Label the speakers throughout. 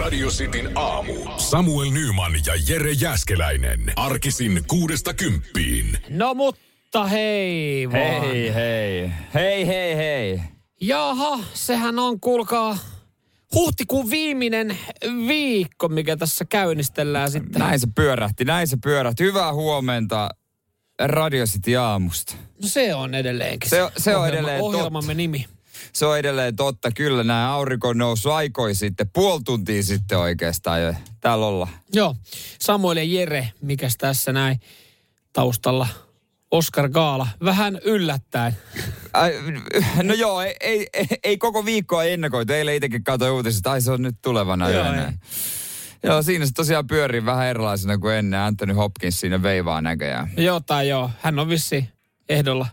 Speaker 1: Radio Cityn aamu. Samuel Nyman ja Jere Jäskeläinen. Arkisin kuudesta kymppiin.
Speaker 2: No mutta hei vaan.
Speaker 3: Hei, hei. Hei, hei, hei.
Speaker 2: Jaha, sehän on kuulkaa huhtikuun viimeinen viikko, mikä tässä käynnistellään sitten.
Speaker 3: Näin se pyörähti, näin se pyörähti. Hyvää huomenta Radio City aamusta.
Speaker 2: No se on edelleenkin.
Speaker 3: Se on- se on edelleen totta.
Speaker 2: Ohjelmamme nimi.
Speaker 3: Se on edelleen totta, kyllä nämä aurinko on noussut aikoi sitten, puoli tuntia sitten oikeastaan jo täällä olla.
Speaker 2: Joo, Samuel ja Jere, mikäs tässä näin taustalla? Oscar Gaala, vähän yllättäen.
Speaker 3: Ai, no joo, ei, ei, ei koko viikkoa ennakoitu. Eilen itsekin katsoin uutiset, ai se on nyt tulevana
Speaker 2: Joo,
Speaker 3: joo, yönä.
Speaker 2: ei.
Speaker 3: Joo, siinä se tosiaan pyörii vähän erilaisena kuin ennen. Anthony Hopkins siinä veivaa näköjään.
Speaker 2: Joo tai joo, hän on vissi ehdolla.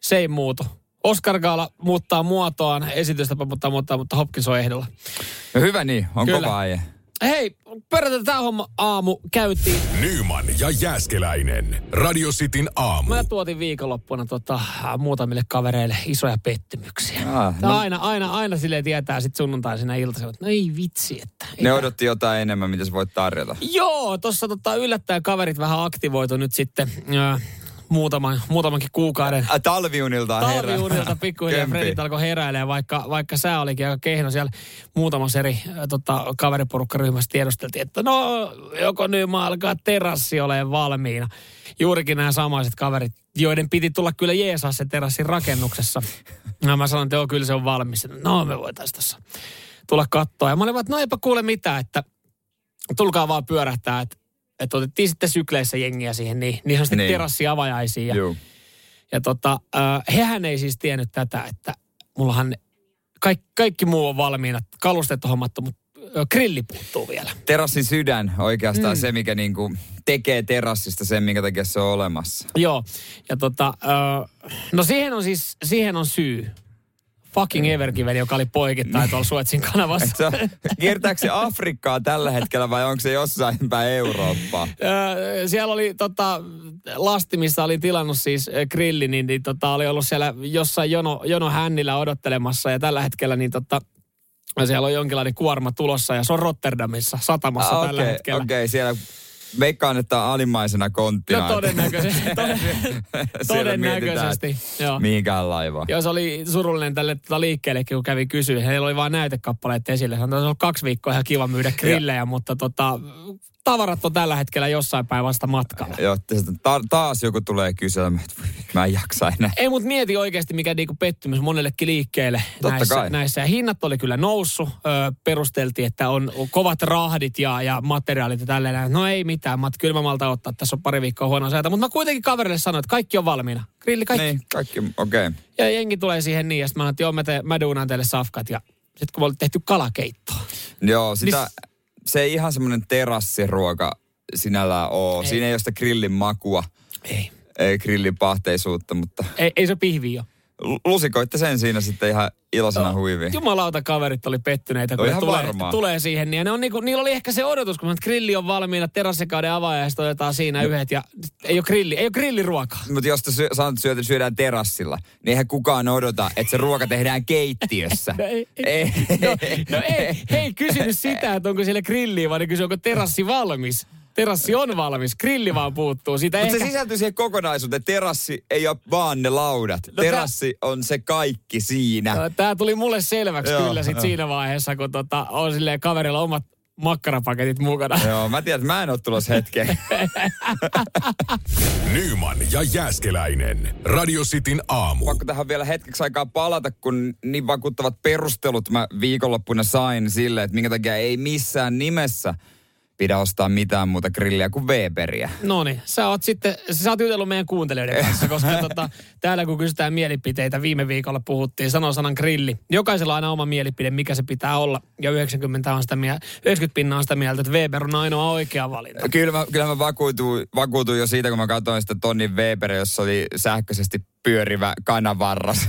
Speaker 2: Se ei muutu. Oscar Gaala muuttaa muotoaan, esitystapa muuttaa muotoaan, mutta Hopkins on ehdolla.
Speaker 3: No hyvä niin, on
Speaker 2: Kyllä.
Speaker 3: kova aie.
Speaker 2: Hei, pöydätään tämä homma aamu käyntiin.
Speaker 1: Nyman ja Jäskeläinen. Radio Cityn aamu.
Speaker 2: Mä tuotin viikonloppuna tota, muutamille kavereille isoja pettymyksiä.
Speaker 3: Ah,
Speaker 2: no. aina, aina, aina sille tietää sit sunnuntaisena iltasena, että no ei vitsi, että...
Speaker 3: Ne odotti jotain enemmän, mitä se voi tarjota.
Speaker 2: Joo, tuossa tota, yllättäen kaverit vähän aktivoitu nyt sitten ö, muutaman, muutamankin kuukauden
Speaker 3: Ä, talviunilta Äh, herää.
Speaker 2: talviunilta pikkuhiljaa
Speaker 3: Kömpi.
Speaker 2: Fredit alkoi heräilemään, vaikka, vaikka sää olikin aika kehno siellä muutamassa eri äh, tota, kaveriporukkaryhmässä tiedosteltiin, että no joko nyt mä alkaa terassi olemaan valmiina. Juurikin nämä samaiset kaverit, joiden piti tulla kyllä jeesaa se terassin rakennuksessa. No mä sanoin, että joo, kyllä se on valmis. No me voitaisiin tässä tulla kattoa. Ja mä olin vaan, että no eipä kuule mitään, että tulkaa vaan pyörähtää, että, että otettiin sitten sykleissä jengiä siihen, niin, niin on sitten niin.
Speaker 3: Niin.
Speaker 2: terassiavajaisiin. Ja,
Speaker 3: Juu.
Speaker 2: ja tota, äh, hehän ei siis tiennyt tätä, että mullahan kaikki, kaikki muu on valmiina, kalustettu hommattu, mutta ö, grilli puuttuu vielä.
Speaker 3: Terassin sydän oikeastaan mm. se, mikä niinku tekee terassista sen, minkä takia se on olemassa.
Speaker 2: Joo, ja tota, ö, no siihen on siis, siihen on syy. Fucking Everkiveli, joka oli poikittain tuolla Suetsin
Speaker 3: Et
Speaker 2: kanavassa.
Speaker 3: se on, kiertääkö se Afrikkaa tällä hetkellä vai onko se jossain päin Eurooppaa?
Speaker 2: Öö, siellä oli tota, lasti, missä oli tilannut siis ö, grilli, niin, niin tota, oli ollut siellä jossain jono, jono hännillä odottelemassa ja tällä hetkellä niin tota, siellä on jonkinlainen kuorma tulossa ja se on Rotterdamissa satamassa
Speaker 3: Ah,
Speaker 2: tällä
Speaker 3: Okei,
Speaker 2: hetkellä.
Speaker 3: okei, siellä veikkaan, että on alimmaisena konttina.
Speaker 2: No todennäköisesti. Toden-
Speaker 3: Siellä
Speaker 2: todennäköisesti. Joo.
Speaker 3: mietitään, Mihinkään laivaan.
Speaker 2: Joo, se oli surullinen tälle tota liikkeellekin, kun kävi kysyä. Heillä oli vain näytekappaleet esille. Sanoin, että se on kaksi viikkoa ihan kiva myydä grillejä, mutta tota, tavarat on tällä hetkellä jossain päin vasta matkalla.
Speaker 3: Joo, sitten ta- taas joku tulee kyselemään, että voi, mä en jaksa enää.
Speaker 2: Ei, mutta mieti oikeasti, mikä niinku pettymys monellekin liikkeelle
Speaker 3: Totta
Speaker 2: näissä,
Speaker 3: kai.
Speaker 2: näissä. Ja hinnat oli kyllä noussut. Ö, perusteltiin, että on kovat rahdit ja, ja materiaalit ja tälleen. No ei mitään, mä oon kylmämalta ottaa, tässä on pari viikkoa huonoa säätä. Mutta mä kuitenkin kaverille sanoin, että kaikki on valmiina. Grilli, kaikki
Speaker 3: Niin, kaikki, okei. Okay.
Speaker 2: Ja jengi tulee siihen niin, ja sitten mä sanoin, että joo, mä, teen, mä duunaan teille safkat. Ja sitten kun me oltiin tehty kalakeittoa.
Speaker 3: Joo, sitä,
Speaker 2: Niin
Speaker 3: se ei ihan semmoinen terassiruoka sinällään ole.
Speaker 2: Ei.
Speaker 3: Ei. Siinä ei ole sitä grillin makua,
Speaker 2: Ei.
Speaker 3: ei grillin pahteisuutta, mutta
Speaker 2: Ei, ei se pihvi ole.
Speaker 3: lu- lusikoitte sen siinä sitten ihan iloisena huiviin.
Speaker 2: Jumalauta kaverit oli pettyneitä, kun
Speaker 3: No
Speaker 2: ne
Speaker 3: ihan
Speaker 2: tulee,
Speaker 3: varmaan.
Speaker 2: tulee, siihen. Niin, ja ne on niinku, niillä oli ehkä se odotus, kun mä sanoin, että grilli on valmiina, terassikauden avaaja ja sitten otetaan siinä
Speaker 3: No.
Speaker 2: yhdet. Ja ei ole, grilli, ei ole grilliruokaa.
Speaker 3: Mutta jos te sy- sanot, että syötä, syödään terassilla, niin eihän kukaan odota, että se ruoka tehdään keittiössä.
Speaker 2: ei,
Speaker 3: ei.
Speaker 2: No, no ei, he ei kysynyt sitä, että onko siellä grilliä, vaan ne kysyi, onko terassi valmis. Terassi on valmis, grilli vaan puuttuu. Siitä
Speaker 3: Mutta se
Speaker 2: ehkä...
Speaker 3: sisältyy siihen kokonaisuuteen. Terassi ei ole vaan ne laudat.
Speaker 2: tää- No-
Speaker 3: No Terassi on se kaikki siinä.
Speaker 2: Tämä tuli mulle selväksi
Speaker 3: Joo,
Speaker 2: kyllä sit
Speaker 3: joo.
Speaker 2: siinä vaiheessa, kun tota, on silleen kaverilla omat makkarapaketit mukana.
Speaker 3: Joo, mä tiedän, että mä en ole tulossa hetkeen.
Speaker 1: Nyman ja Jäskeläinen. Radio Cityn aamu.
Speaker 3: pakko tähän vielä hetkeksi aikaa palata, kun niin vakuuttavat perustelut mä viikonloppuna sain sille, että minkä takia ei missään nimessä pidä ostaa mitään muuta grilliä kuin Weberiä.
Speaker 2: No niin, sä oot sitten, sä oot jutellut meidän kuuntelijoiden kanssa, koska tota, täällä kun kysytään mielipiteitä, viime viikolla puhuttiin sanon sanan grilli. Jokaisella on aina oma mielipide, mikä se pitää olla. Ja 90, on sitä mieltä, 90 pinnaa on sitä mieltä, että Weber on ainoa oikea valinta.
Speaker 3: Kyllä mä, kyllä mä vakuutuin, vakuutuin jo siitä, kun mä katsoin sitä Tonni Weberiä, jossa oli sähköisesti pyörivä kanavarras.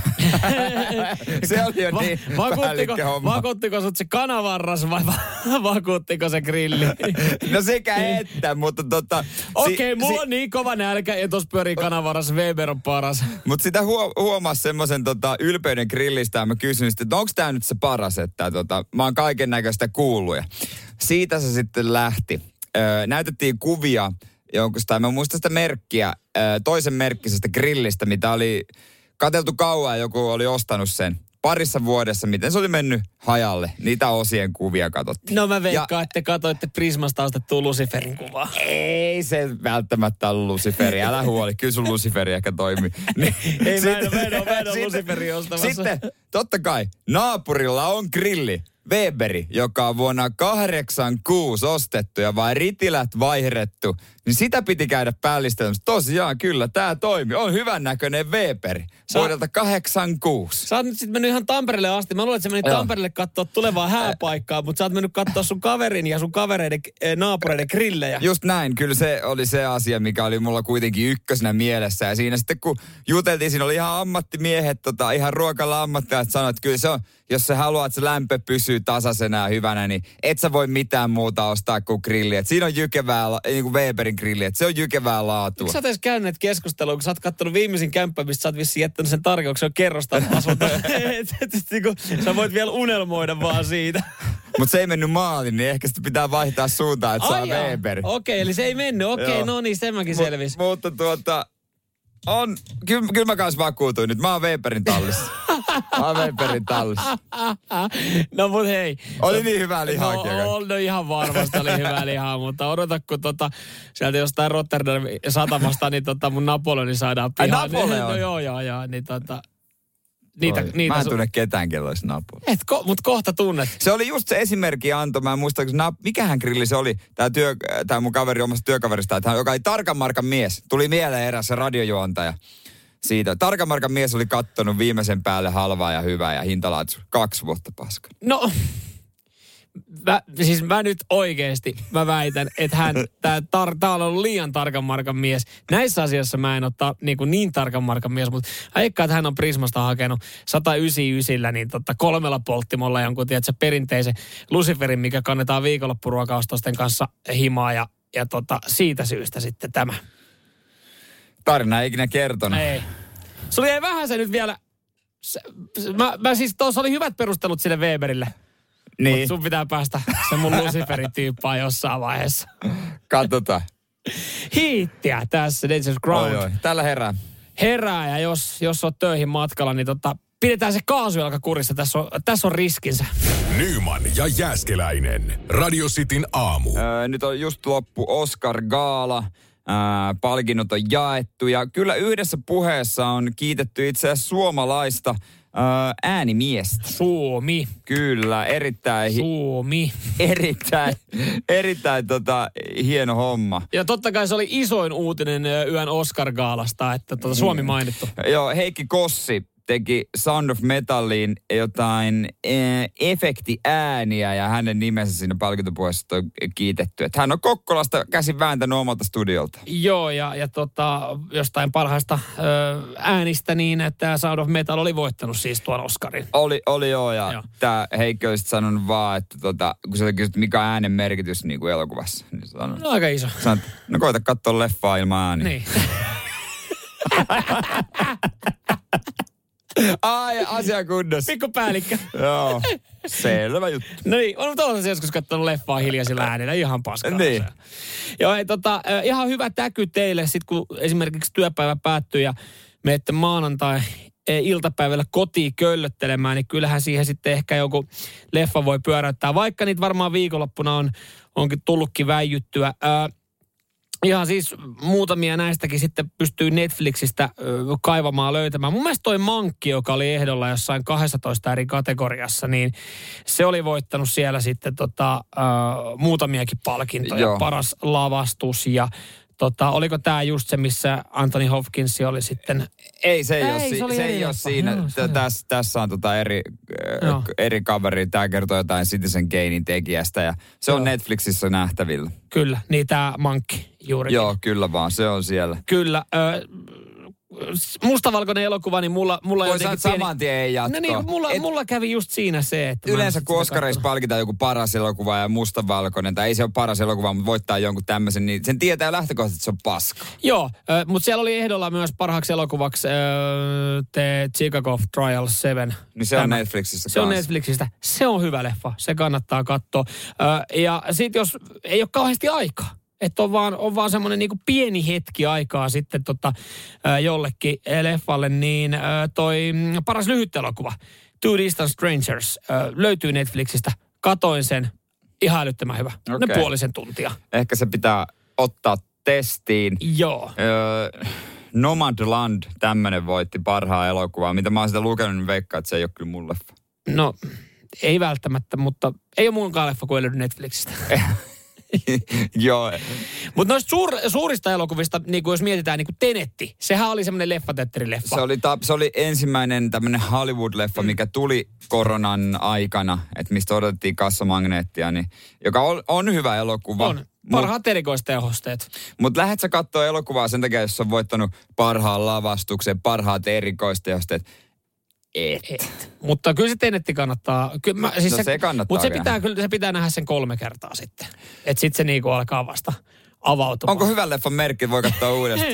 Speaker 3: se oli jo niin
Speaker 2: Va- vakuuttiko,
Speaker 3: päällikköhomma.
Speaker 2: vakuuttiko sut se kanavarras vai va- vakuuttiko se grilli?
Speaker 3: No sekä että, mutta tota... si-
Speaker 2: Okei, okay, mulla
Speaker 3: si-
Speaker 2: on niin kova nälkä ja tos pyörii kanavarras, Weber on paras.
Speaker 3: Mutta sitä huo- huomasi semmoisen tota, ylpeyden grillistä ja mä kysyin sitten, että onko tämä nyt se paras, että tota, mä oon kaiken näköistä kuullut. Ja siitä se sitten lähti. Öö, näytettiin kuvia jonkusta, mä muistan sitä merkkiä, öö, toisen merkkisestä grillistä, mitä oli katseltu kauan ja joku oli ostanut sen parissa vuodessa, miten se oli mennyt hajalle. Niitä osien kuvia katsottiin.
Speaker 2: No mä
Speaker 3: Ja
Speaker 2: veikkaan, että te katoitte Prismasta ostettua Luciferin kuvaa.
Speaker 3: ei se välttämättä ollut Luciferi, älä huoli, kyllä sun Luciferi ehkä toimii. Niin,
Speaker 2: Ei, mä en
Speaker 3: sit-
Speaker 2: oo- mä en oo- mä en oo
Speaker 3: sit-
Speaker 2: Luciferia ostamassa.
Speaker 3: Sitten, totta kai, naapurilla on grilli. Weberi, joka on vuonna 86 ostettu ja vain ritilät vaihdettu, niin sitä piti käydä päällistelmässä. Tosiaan, kyllä, tämä toimi. On hyvännäköinen Weberi
Speaker 2: Sä-
Speaker 3: vuodelta 86.
Speaker 2: Sä oot nyt sit mennyt ihan Tampereelle asti. Mä luulen, että sä menit
Speaker 3: Joo.
Speaker 2: Tampereelle katsoa tulevaa hääpaikkaa, mutta sä oot mennyt katsoa sun kaverin ja sun kavereiden eh, naapureiden grillejä.
Speaker 3: Just näin, kyllä se oli se asia, mikä oli mulla kuitenkin ykkösenä mielessä. Ja siinä sitten kun juteltiin, siinä oli ihan ammattimiehet, tota, ihan ruokalla ammattilaiset sanoivat, että kyllä se on, jos sä haluat, että se lämpö pysyy tasaisena ja hyvänä, niin et sä voi mitään muuta ostaa kuin grilliä. Et siinä on jykevää, la- niin kuin Weberin grilli, että se on jykevää laatua.
Speaker 2: Miksi sä oot edes käynyt näitä keskusteluja, kun sä oot kattonut viimeisin kämppä, mistä sä oot vissiin jättänyt sen tarjouksen kerrosta asuntoon. Et- et- et niinku, sä voit vielä unelmoida vaan siitä.
Speaker 3: Mutta se ei mennyt maaliin, niin ehkä sitten pitää vaihtaa suuntaa, että saa
Speaker 2: Ai jaa.
Speaker 3: Weber.
Speaker 2: Okei, eli se ei mennyt. Okei,
Speaker 3: Joo.
Speaker 2: no niin, se mäkin selvisi.
Speaker 3: Mut, mutta tuota, on, kyllä, kyllä mä kans vakuutuin nyt, mä oon Weberin tallissa. mä oon Weberin tallissa.
Speaker 2: No mut hei.
Speaker 3: Oli niin hyvää lihaa.
Speaker 2: No, on, no ihan varmasti oli hyvää lihaa, mutta odota, kun tota, sieltä jostain Rotterdamin satamasta, niin tota, mun Napoleoni saadaan
Speaker 3: Ai,
Speaker 2: pihaan.
Speaker 3: Napoleon.
Speaker 2: No joo, joo, joo, niin tota, niitä,
Speaker 3: Oi.
Speaker 2: niitä
Speaker 3: mä en
Speaker 2: su-
Speaker 3: tunne ketään, kello olisi napoli.
Speaker 2: Et, ko, mut kohta tunnet.
Speaker 3: Se oli just se esimerkki anto, mä en muista, kun nap- mikähän grilli se oli, tämä työ, tää mun kaveri omasta työkaverista, että hän, joka ei tarkan markan mies, tuli mieleen eräs radiojuontaja siitä. Tarkan markan mies oli kattonut viimeisen päälle halvaa ja hyvää ja hintalaatu kaksi vuotta paska.
Speaker 2: No, mä, siis mä nyt oikeesti, mä väitän, että hän, tää, tar, tää on ollut liian tarkan markan mies. Näissä asioissa mä en ole ta, niin, kuin niin tarkan markan mies, mutta aika, että hän on Prismasta hakenut 199, niin tota, kolmella polttimolla jonkun, tiedätkö, perinteisen Luciferin, mikä kannetaan viikonloppuruokaustosten kanssa himaa ja, ja tota, siitä syystä sitten tämä.
Speaker 3: Tarina ei ikinä kertonut.
Speaker 2: Ei. Sulla jäi vähän se nyt vielä, se, se- mä, mä siis, tuossa oli hyvät perustelut sille Weberille. Mut
Speaker 3: Niin,
Speaker 2: sun pitää päästä se mun Luciferin-tyyppaan jossain vaiheessa.
Speaker 3: katsotaan.
Speaker 2: Hiittiä tässä Dangerous Ground.
Speaker 3: Oi, oi. Tällä herää.
Speaker 2: Herää ja jos, jos oot töihin matkalla, niin tota, pidetään se kaasujalka kurissa. Tässä on, tässä on riskinsä.
Speaker 1: Nyman ja Jääskeläinen. Radio Cityn aamu.
Speaker 3: Öö, nyt on just loppu Oscar Gaala. Ää, palkinnot on jaettu ja kyllä yhdessä puheessa on kiitetty itse asiassa suomalaista ää, äänimiestä.
Speaker 2: Suomi,
Speaker 3: Kyllä, erittäin, hi-
Speaker 2: Suomi.
Speaker 3: erittäin, erittäin tota, hieno homma.
Speaker 2: Ja totta kai se oli isoin uutinen ö, yön Oscar-gaalasta, että
Speaker 3: Mm.
Speaker 2: tota Suomi mainittu.
Speaker 3: Joo, Heikki Kossi teki Sound of Metalin jotain eh, efektiääniä ja hänen nimensä siinä palkintopuheessa on kiitetty. Että hän on Kokkolasta käsin vääntänyt omalta studiolta.
Speaker 2: Joo, ja, ja tota, jostain parhaista ö, äänistä niin, että Sound of Metal oli voittanut siis tuon Oscarin.
Speaker 3: Oli, oli joo,
Speaker 2: Joo.
Speaker 3: ja tämä Heikki olisi sanonut vaan, että tota, kun sä kysyt, mikä on äänen merkitys niin kuin elokuvassa, niin sanon, no.
Speaker 2: No aika iso.
Speaker 3: sanon, että no koita katsoa leffaa ilman ääniä.
Speaker 2: Niin.
Speaker 3: Ai, asia kunnossa.
Speaker 2: Pikku päällikkö.
Speaker 3: joo, selvä juttu.
Speaker 2: No niin, on tuolla se joskus katsonut leffaa hiljaisilla äänillä, ihan paskaa.
Speaker 3: Niin.
Speaker 2: se. Joo, ei, tota, ö, ihan hyvä täky teille, sit kun esimerkiksi työpäivä päättyy ja menette maanantai ö, iltapäivällä kotiin köllöttelemään, niin kyllähän siihen sitten ehkä joku leffa voi pyöräyttää, vaikka niitä varmaan viikonloppuna on, onkin tullutkin väijyttyä. Ö, Ihan siis muutamia näistäkin sitten pystyy Netflixistä ö, kaivamaan löytämään. Mun mielestä toi Mankki, joka oli ehdolla jossain 12 eri kategoriassa, niin se oli voittanut siellä sitten tota, ö, muutamiakin palkintoja.
Speaker 3: Joo.
Speaker 2: Paras lavastus ja tota, oliko tämä just se, missä Anthony Hopkins oli sitten...
Speaker 3: Ei, se ei,
Speaker 2: Ei,
Speaker 3: ei, ole,
Speaker 2: se
Speaker 3: si-
Speaker 2: oli
Speaker 3: se
Speaker 2: eri
Speaker 3: ei ole
Speaker 2: leffa.
Speaker 3: siinä.
Speaker 2: Joo, se oli.
Speaker 3: Tä- Tässä, tässä on tota eri, äh,
Speaker 2: Joo.
Speaker 3: k- eri kaveri. Tämä kertoo jotain Citizen Kanein tekijästä ja se on
Speaker 2: Joo.
Speaker 3: Netflixissä nähtävillä.
Speaker 2: Kyllä, niin tämä Mankki juuri.
Speaker 3: Joo, kyllä vaan, se on siellä.
Speaker 2: Kyllä. Ö, mustavalkoinen elokuva, niin mulla, mulla
Speaker 3: Voi sanoa, että saman tien ei jatko.
Speaker 2: No niin, mulla,
Speaker 3: Et-
Speaker 2: Et... mulla kävi just siinä se, että... mä en
Speaker 3: Yleensä
Speaker 2: sit
Speaker 3: kun
Speaker 2: sitä
Speaker 3: Oscareissa
Speaker 2: katsonut.
Speaker 3: palkitaan joku paras elokuva ja mustavalkoinen, tai ei se ole paras elokuva, mutta voittaa jonkun tämmöisen, niin sen tietää lähtökohtaisesti, että se on paska.
Speaker 2: Joo, mutta siellä oli ehdolla myös parhaaksi elokuvaksi ö, The Chicago Trial 7.
Speaker 3: Niin se on
Speaker 2: Tämä.
Speaker 3: Netflixissä
Speaker 2: Se on
Speaker 3: kanssa.
Speaker 2: Netflixistä. Se on hyvä leffa. Se kannattaa katsoa. Ö, ja sitten jos ei ole kauheasti aikaa, että on vaan, on vaan semmoinen niinku pieni hetki aikaa sitten tota, ö, jollekin leffalle, niin ö, toi mm, paras lyhyt elokuva, Two Distant Strangers, ö, löytyy Netflixistä. Katoin sen. Ihan älyttömän hyvä. Okay. Ne
Speaker 3: Okei.
Speaker 2: puolisen tuntia.
Speaker 3: Ehkä se pitää ottaa testiin.
Speaker 2: Joo.
Speaker 3: Öö, Nomadland, tämmönen voitti parhaa elokuvaa. Mitä mä oon sitä lukenut, niin veikkaan, että se ei ole kyllä mulle.
Speaker 2: No, ei välttämättä, mutta ei ole munkaan leffa, kun ei löydy Netflixistä.
Speaker 3: Eh. Joo,
Speaker 2: mutta noista suur, suurista elokuvista, niin kuin jos mietitään, niin kuin Tenetti, sehän oli semmoinen leffateatterileffa.
Speaker 3: se oli, ta- se oli ensimmäinen tämmönen Hollywood-leffa,
Speaker 2: Mm.
Speaker 3: mikä tuli koronan aikana, että mistä odotettiin kassamagneettia, niin, joka on, on hyvä elokuva.
Speaker 2: On. Parhaat erikoistehosteet.
Speaker 3: Mutta lähet sä kattoo elokuvaa sen takia, jos sä on voittanut parhaan lavastuksen, parhaat erikoisteosteet. Et.
Speaker 2: Et. Mutta kyllä se Tenetti kannattaa. Kyllä mä, siis
Speaker 3: No se kannattaa
Speaker 2: Mutta se
Speaker 3: vielä.
Speaker 2: pitää, kyllä, se pitää nähdä sen kolme kertaa sitten. Että sitten se niinku alkaa vasta avautumaan.
Speaker 3: Onko hyvä leffan merkki, voi katsoa uudestaan?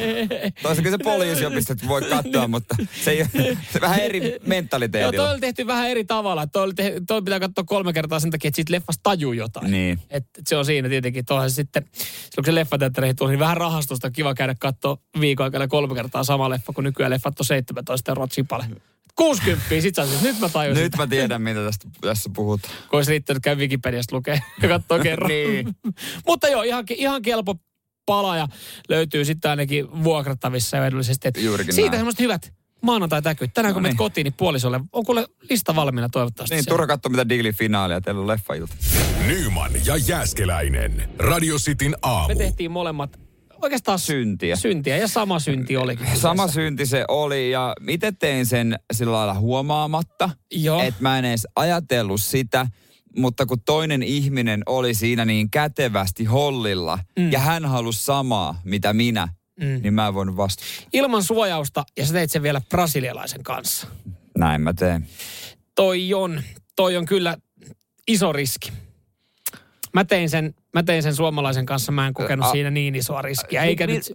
Speaker 3: Toisaalta kyllä se poliisiopistot voi katsoa, mutta se, ei, se vähän eri
Speaker 2: Joo, toi
Speaker 3: mentaliteetillä.
Speaker 2: oli tehty vähän eri tavalla. Toi, oli te, toi pitää katsoa kolme kertaa sen takia, että siitä leffasta tajuu jotain.
Speaker 3: Niin.
Speaker 2: Et se on siinä tietenkin. Tuohan se sitten, silloin kun se leffateattereihin tuli, niin vähän rahastosta on kiva käydä katsoa viikon aikana kolme kertaa sama leffa, kun nykyään leffat on 17 euroa chipale. 60, sit sä siis, nyt mä tajusin,
Speaker 3: Nyt mä tiedän, mitä tästä, tässä puhutaan.
Speaker 2: kun olisi riittänyt käy Wikipediasta lukea ja katsoa kerran.
Speaker 3: Niin.
Speaker 2: Mutta joo, ihan, ihan kelpo pala ja löytyy sitten ainakin vuokrattavissa ja edullisesti. Et
Speaker 3: Juurikin
Speaker 2: siitä
Speaker 3: näin.
Speaker 2: semmoiset hyvät maanantai-täkyt. Tänään kun
Speaker 3: No niin.
Speaker 2: menet kotiin, niin puolisolle on kuule lista valmiina toivottavasti.
Speaker 3: Niin,
Speaker 2: siellä.
Speaker 3: turha katsoa mitä diili finaalia, teillä on leffa ilta.
Speaker 1: Nyman ja Jääskeläinen. Radio Cityn
Speaker 2: Me
Speaker 1: aamu.
Speaker 2: tehtiin molemmat oikeastaan
Speaker 3: Syntiä.
Speaker 2: syntiä ja sama synti olikin.
Speaker 3: Sama
Speaker 2: kyseessä.
Speaker 3: synti se oli ja itse tein sen sillä lailla huomaamatta,
Speaker 2: Joo.
Speaker 3: että mä en edes ajatellut sitä, mutta kun toinen ihminen oli siinä niin kätevästi hollilla mm. ja hän halusi samaa, mitä minä, mm. niin mä en voinut vastustaa.
Speaker 2: Ilman suojausta ja sä teit sen vielä brasilialaisen kanssa.
Speaker 3: Näin mä teen.
Speaker 2: Toi on, toi on kyllä iso riski. Mä tein sen, mä tein sen suomalaisen kanssa, mä en kokenut
Speaker 3: Ä, a-
Speaker 2: siinä niin isoa riskiä. Eikä
Speaker 3: mi-
Speaker 2: nyt,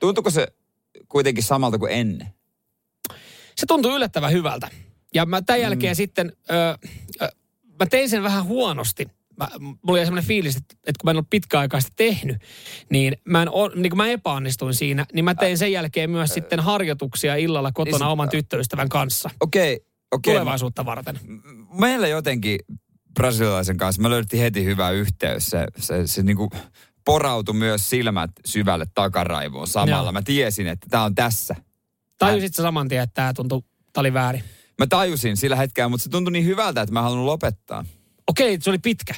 Speaker 3: Tuntuuko se kuitenkin samalta kuin ennen?
Speaker 2: se tuntui yllättävän hyvältä. Ja mä tämän
Speaker 3: Mm.
Speaker 2: jälkeen sitten, ö, ö, mä tein sen vähän huonosti. Mä, mulla oli semmoinen fiilis, että, että kun mä en ollut pitkään aikaa sitä tehnyt, niin mä, en, on- niin kun mä epäonnistuin siinä, niin mä tein sen jälkeen myös sitten harjoituksia illalla
Speaker 3: Niin
Speaker 2: kotona
Speaker 3: se-
Speaker 2: oman tyttöystävän kanssa.
Speaker 3: Okei, okei.
Speaker 2: Tulevaisuutta varten.
Speaker 3: meillä jotenkin brasilialaisen kanssa, me löydettiin heti hyvä yhteys. Se, se, se niinku porautui myös silmät syvälle takaraivoon samalla.
Speaker 2: Joo.
Speaker 3: Mä tiesin, että tämä on tässä.
Speaker 2: Tajusit sä saman tien, että tämä tuntui, tää oli väärin.
Speaker 3: Mä tajusin sillä hetkellä, mutta se tuntui niin hyvältä, että mä haluan lopettaa.
Speaker 2: Okei, se oli pitkä.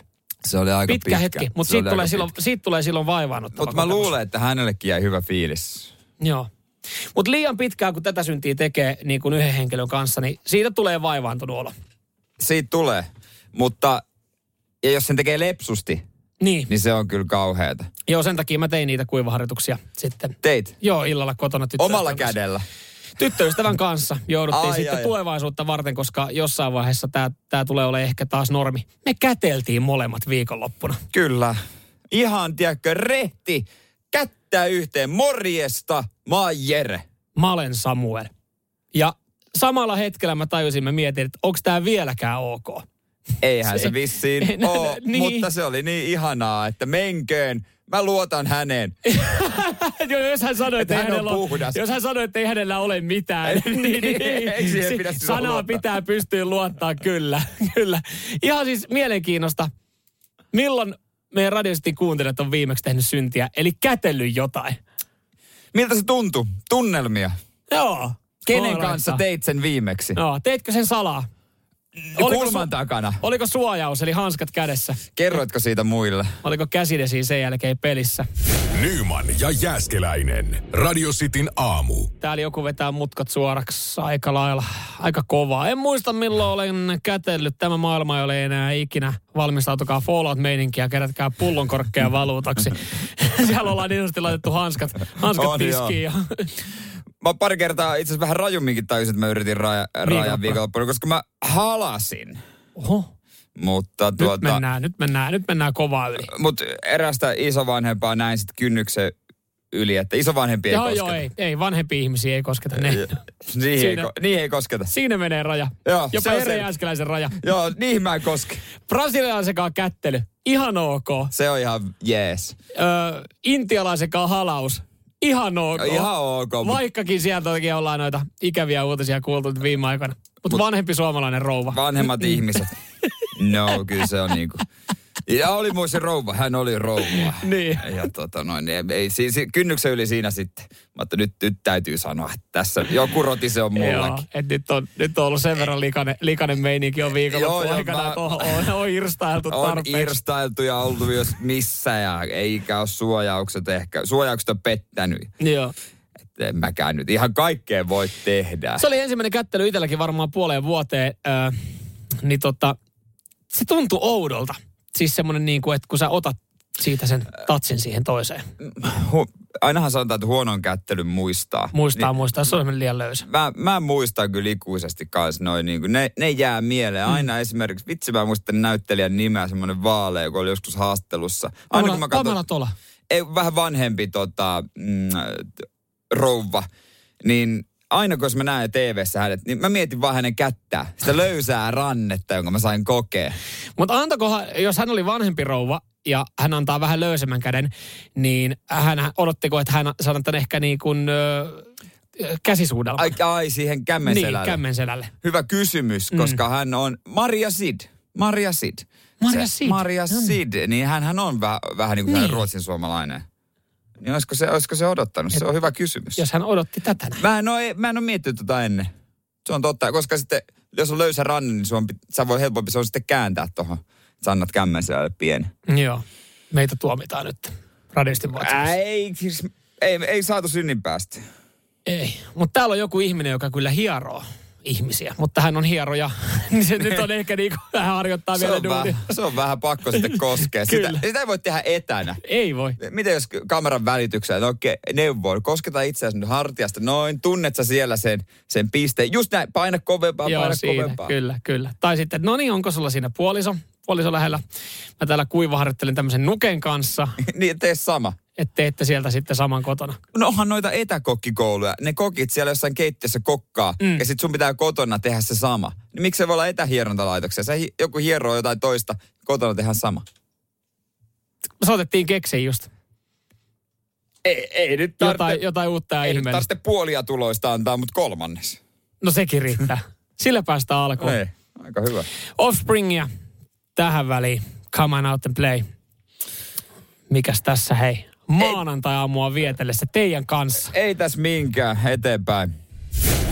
Speaker 3: Se oli aika
Speaker 2: Pitkä,
Speaker 3: No pitkä.
Speaker 2: pitkä hetki,
Speaker 3: Se
Speaker 2: mutta
Speaker 3: oli
Speaker 2: siitä
Speaker 3: aika
Speaker 2: tulee, silloin,
Speaker 3: pitkä.
Speaker 2: siitä tulee silloin vaivaannuttava
Speaker 3: Mutta mä
Speaker 2: kokemus.
Speaker 3: luulen, että hänellekin jäi hyvä fiilis.
Speaker 2: Joo. Mutta liian pitkään, kun tätä syntiä tekee niin kuin yhden henkilön kanssa, niin siitä tulee vaivaantunut olo.
Speaker 3: Siitä tulee. Mutta ja jos sen tekee lepsusti,
Speaker 2: Niin.
Speaker 3: niin se on kyllä kauheata.
Speaker 2: Joo, sen takia mä tein niitä kuivaharjoituksia sitten.
Speaker 3: Teit.
Speaker 2: Joo, illalla kotona tyttöystävän
Speaker 3: Omalla
Speaker 2: kanssa.
Speaker 3: kädellä.
Speaker 2: Tyttöystävän kanssa jouduttiin
Speaker 3: Ai,
Speaker 2: sitten
Speaker 3: ai, ai.
Speaker 2: tulevaisuutta varten, koska jossain vaiheessa tämä tää tulee olemaan ehkä taas normi. Me käteltiin molemmat viikonloppuna.
Speaker 3: Kyllä. Ihan, tiedätkö, rehti. Kättä yhteen. Morjesta. Mä oon Jere.
Speaker 2: Mä olen Samuel. Ja samalla hetkellä mä tajusin, mä mietin, että onko tämä vieläkään ok.
Speaker 3: Eihän se,
Speaker 2: Se-
Speaker 3: se vissiin
Speaker 2: en-
Speaker 3: oo,
Speaker 2: niin.
Speaker 3: mutta se oli niin ihanaa, että menköön. Mä luotan häneen.
Speaker 2: Joo, jos hän sanoi, että,
Speaker 3: hän on
Speaker 2: hänellä on,
Speaker 3: puhdas.
Speaker 2: jos hän sanoi, että ei hänellä ole mitään, niin, niin,
Speaker 3: Eikö siihen pidä
Speaker 2: si-
Speaker 3: silloin
Speaker 2: sanaa
Speaker 3: luottaa?
Speaker 2: pitää pystyä luottaa, kyllä, kyllä. Ihan siis mielenkiinnosta, milloin meidän radiosti kuuntelijat on viimeksi tehnyt syntiä, eli kätellyt jotain.
Speaker 3: Miltä se tuntui? Tunnelmia. No,
Speaker 2: Joo.
Speaker 3: Kenen
Speaker 2: Voi
Speaker 3: kanssa
Speaker 2: laittaa.
Speaker 3: teit sen viimeksi? No,
Speaker 2: Joo, teitkö sen salaa? oliko
Speaker 3: Kulman
Speaker 2: su-
Speaker 3: takana.
Speaker 2: Oliko suojaus, eli hanskat kädessä?
Speaker 3: Kerroitko siitä muille?
Speaker 2: Oliko käsidesi sen jälkeen pelissä?
Speaker 1: Nyman ja Jääskeläinen. Radio Cityn aamu.
Speaker 2: Täällä joku vetää mutkat suoraksi aika lailla, aika kovaa. En muista milloin olen kätellyt. Tämä maailma ei ole enää ikinä. Valmistautukaa Fallout-meininkiä, kerätkää pullon korkea valuutaksi. Siellä ollaan niin sanotusti laitettu hanskat, hanskat
Speaker 3: On,
Speaker 2: tiskiin. Ja,
Speaker 3: mä pari kertaa itse asiassa vähän rajumminkin tajusin, että mä yritin raja, rajan viikonloppuna, koska mä halasin.
Speaker 2: Oho.
Speaker 3: Mutta
Speaker 2: Nyt
Speaker 3: tuota,
Speaker 2: mennään, nyt mennään, nyt mennään kovaa yli.
Speaker 3: mut erästä isovanhempaa näin sitten kynnyksen yli, että isovanhempi ei
Speaker 2: joo,
Speaker 3: kosketa.
Speaker 2: joo, ei, ei, vanhempia ihmisiä ei kosketa ne.
Speaker 3: Niihin, ei,
Speaker 2: Siinä-
Speaker 3: ko- niihin ei kosketa.
Speaker 2: Siinä menee raja.
Speaker 3: Joo, se
Speaker 2: Jopa
Speaker 3: on
Speaker 2: Jere
Speaker 3: se.
Speaker 2: Jääskeläisen raja.
Speaker 3: Joo, niihin mä en koske.
Speaker 2: Brasilialaisenkaan kättely. Ihan ok.
Speaker 3: Se on ihan jees.
Speaker 2: Ö, intialaisenkaan halaus. Ihan ok.
Speaker 3: No, ihan ok, mutta
Speaker 2: Vaikkakin sieltä toki ollaan noita ikäviä uutisia kuultu nyt viime aikoina. Mutta Mut, vanhempi suomalainen rouva.
Speaker 3: vanhemmat ihmiset. No, kyllä se on niinku. Ja oli muun se rouva, hän oli rouva.
Speaker 2: Niin.
Speaker 3: Ja tota noin, ei, ei siis, kynnyksen yli siinä sitten. Mutta nyt, nyt täytyy sanoa, että tässä joku roti se on
Speaker 2: Joo,
Speaker 3: mullakin.
Speaker 2: et nyt, on, nyt on ollut sen verran likainen, likainen meininki on
Speaker 3: Joo,
Speaker 2: viikonloppu
Speaker 3: joo,
Speaker 2: aikana,
Speaker 3: mä-
Speaker 2: että on, on, on irstailtu
Speaker 3: On
Speaker 2: tarpeeksi.
Speaker 3: irstailtu ja oltu myös missä ja eikä ole suojaukset ehkä. Suojaukset on pettänyt.
Speaker 2: Joo.
Speaker 3: Että en mäkään nyt ihan kaikkea voi tehdä.
Speaker 2: Se oli ensimmäinen kättely itselläkin varmaan puoleen vuoteen. Äh, niin tota, se tuntui oudolta. Siis semmoinen niin kuin, että kun sä otat siitä sen tatsin siihen toiseen.
Speaker 3: Hu- Ainahan sanotaan, että huonon kättelyn muistaa.
Speaker 2: Muistaa, niin. muistaa. Se on semmoinen liian löysä.
Speaker 3: mä, mä muistan kyllä ikuisesti kans noin, niin kuin, ne, ne jää mieleen.
Speaker 2: Mm.
Speaker 3: Aina esimerkiksi, vitsi mä muistan näyttelijän nimeä, semmoinen vaalea, joka oli joskus haastelussa. Aina kun mä
Speaker 2: Pamela
Speaker 3: katson,
Speaker 2: Tola.
Speaker 3: ei, vähän vanhempi tota, mm, t- rouva, niin aina kun mä näen tv hänet, niin mä mietin vaan hänen kättää. Sitä löysää rannetta, jonka mä sain kokea.
Speaker 2: Mutta antakohan, jos hän oli vanhempi rouva ja hän antaa vähän löysemmän käden, niin hän odottiko, että hän sanon tämän ehkä niin kuin ö, käsisuudelma.
Speaker 3: Ai, ai siihen
Speaker 2: niin,
Speaker 3: kämmenselälle.
Speaker 2: kämmen selälle.
Speaker 3: Hyvä kysymys,
Speaker 2: Mm.
Speaker 3: koska hän on Maria Sid. Maria Sid.
Speaker 2: Maria
Speaker 3: Se-
Speaker 2: Sid.
Speaker 3: Maria
Speaker 2: Mm.
Speaker 3: Sid, niin hän on vähän, vähän niin kuin
Speaker 2: Niin.
Speaker 3: niin. ruotsin suomalainen. Niin olisiko se, olisiko se odottanut? Se on hyvä kysymys.
Speaker 2: Jos hän odotti tätä näin.
Speaker 3: Mä en, ole, mä en ole miettinyt tota ennen. Se on totta, koska sitten jos on löysä ranne, niin se on, pit- sä voi helpompi se on sitten kääntää tuohon. Sä annat kämmäiselle pieni.
Speaker 2: niin Joo. Meitä tuomitaan nyt. Radistin vaatimus.
Speaker 3: Ei, siis- ei, ei saatu synnin päästä.
Speaker 2: Ei. Mutta täällä on joku ihminen, joka kyllä hieroo ihmisiä, mutta hän on hieroja. Niin se nyt on ehkä niin kuin hän harjoittaa
Speaker 3: Se
Speaker 2: vielä
Speaker 3: on,
Speaker 2: duunia.
Speaker 3: vähän, se on vähän pakko sitten koskea.
Speaker 2: Kyllä.
Speaker 3: Sitä, sitä ei voi tehdä etänä.
Speaker 2: Ei voi.
Speaker 3: Mitä jos kameran välityksellä, no okei, neuvoa, kosketa itseäsi nyt hartiasta, noin, tunnet sä siellä sen, sen pisteen, just näin, paina kovempaa,
Speaker 2: Joo,
Speaker 3: paina
Speaker 2: siinä,
Speaker 3: kovempaa.
Speaker 2: kyllä, kyllä. Tai sitten, että no niin, onko sulla siinä puoliso? Puoliso lähellä. Mä täällä kuivaharjoittelen tämmöisen nuken kanssa,
Speaker 3: niin, tee sama.
Speaker 2: että teette sieltä sitten saman kotona.
Speaker 3: No onhan noita etäkokkikouluja, ne kokit siellä jossain keittiössä kokkaa, mm. ja sit sun pitää kotona tehdä se sama. Niin miksi se voi olla etähierontalaitoksia? Sä hi- joku hieroo jotain toista, kotona tehdään sama.
Speaker 2: Soitettiin keksiä just
Speaker 3: Ei, ei nyt
Speaker 2: jotain, jotain uutta ja
Speaker 3: ei nyt
Speaker 2: ihmeellistä.
Speaker 3: tarvitse puolia tuloista antaa, mutta kolmannes.
Speaker 2: No sekin riittää. Sillä päästään alkuun.
Speaker 3: Ei, Niin, aika hyvä.
Speaker 2: Offspringia tähän väliin. Come on out and play. Mikäs tässä hei? Maanantai-aamua vietellessä teidän kanssa.
Speaker 3: Ei tässä minkään, eteenpäin.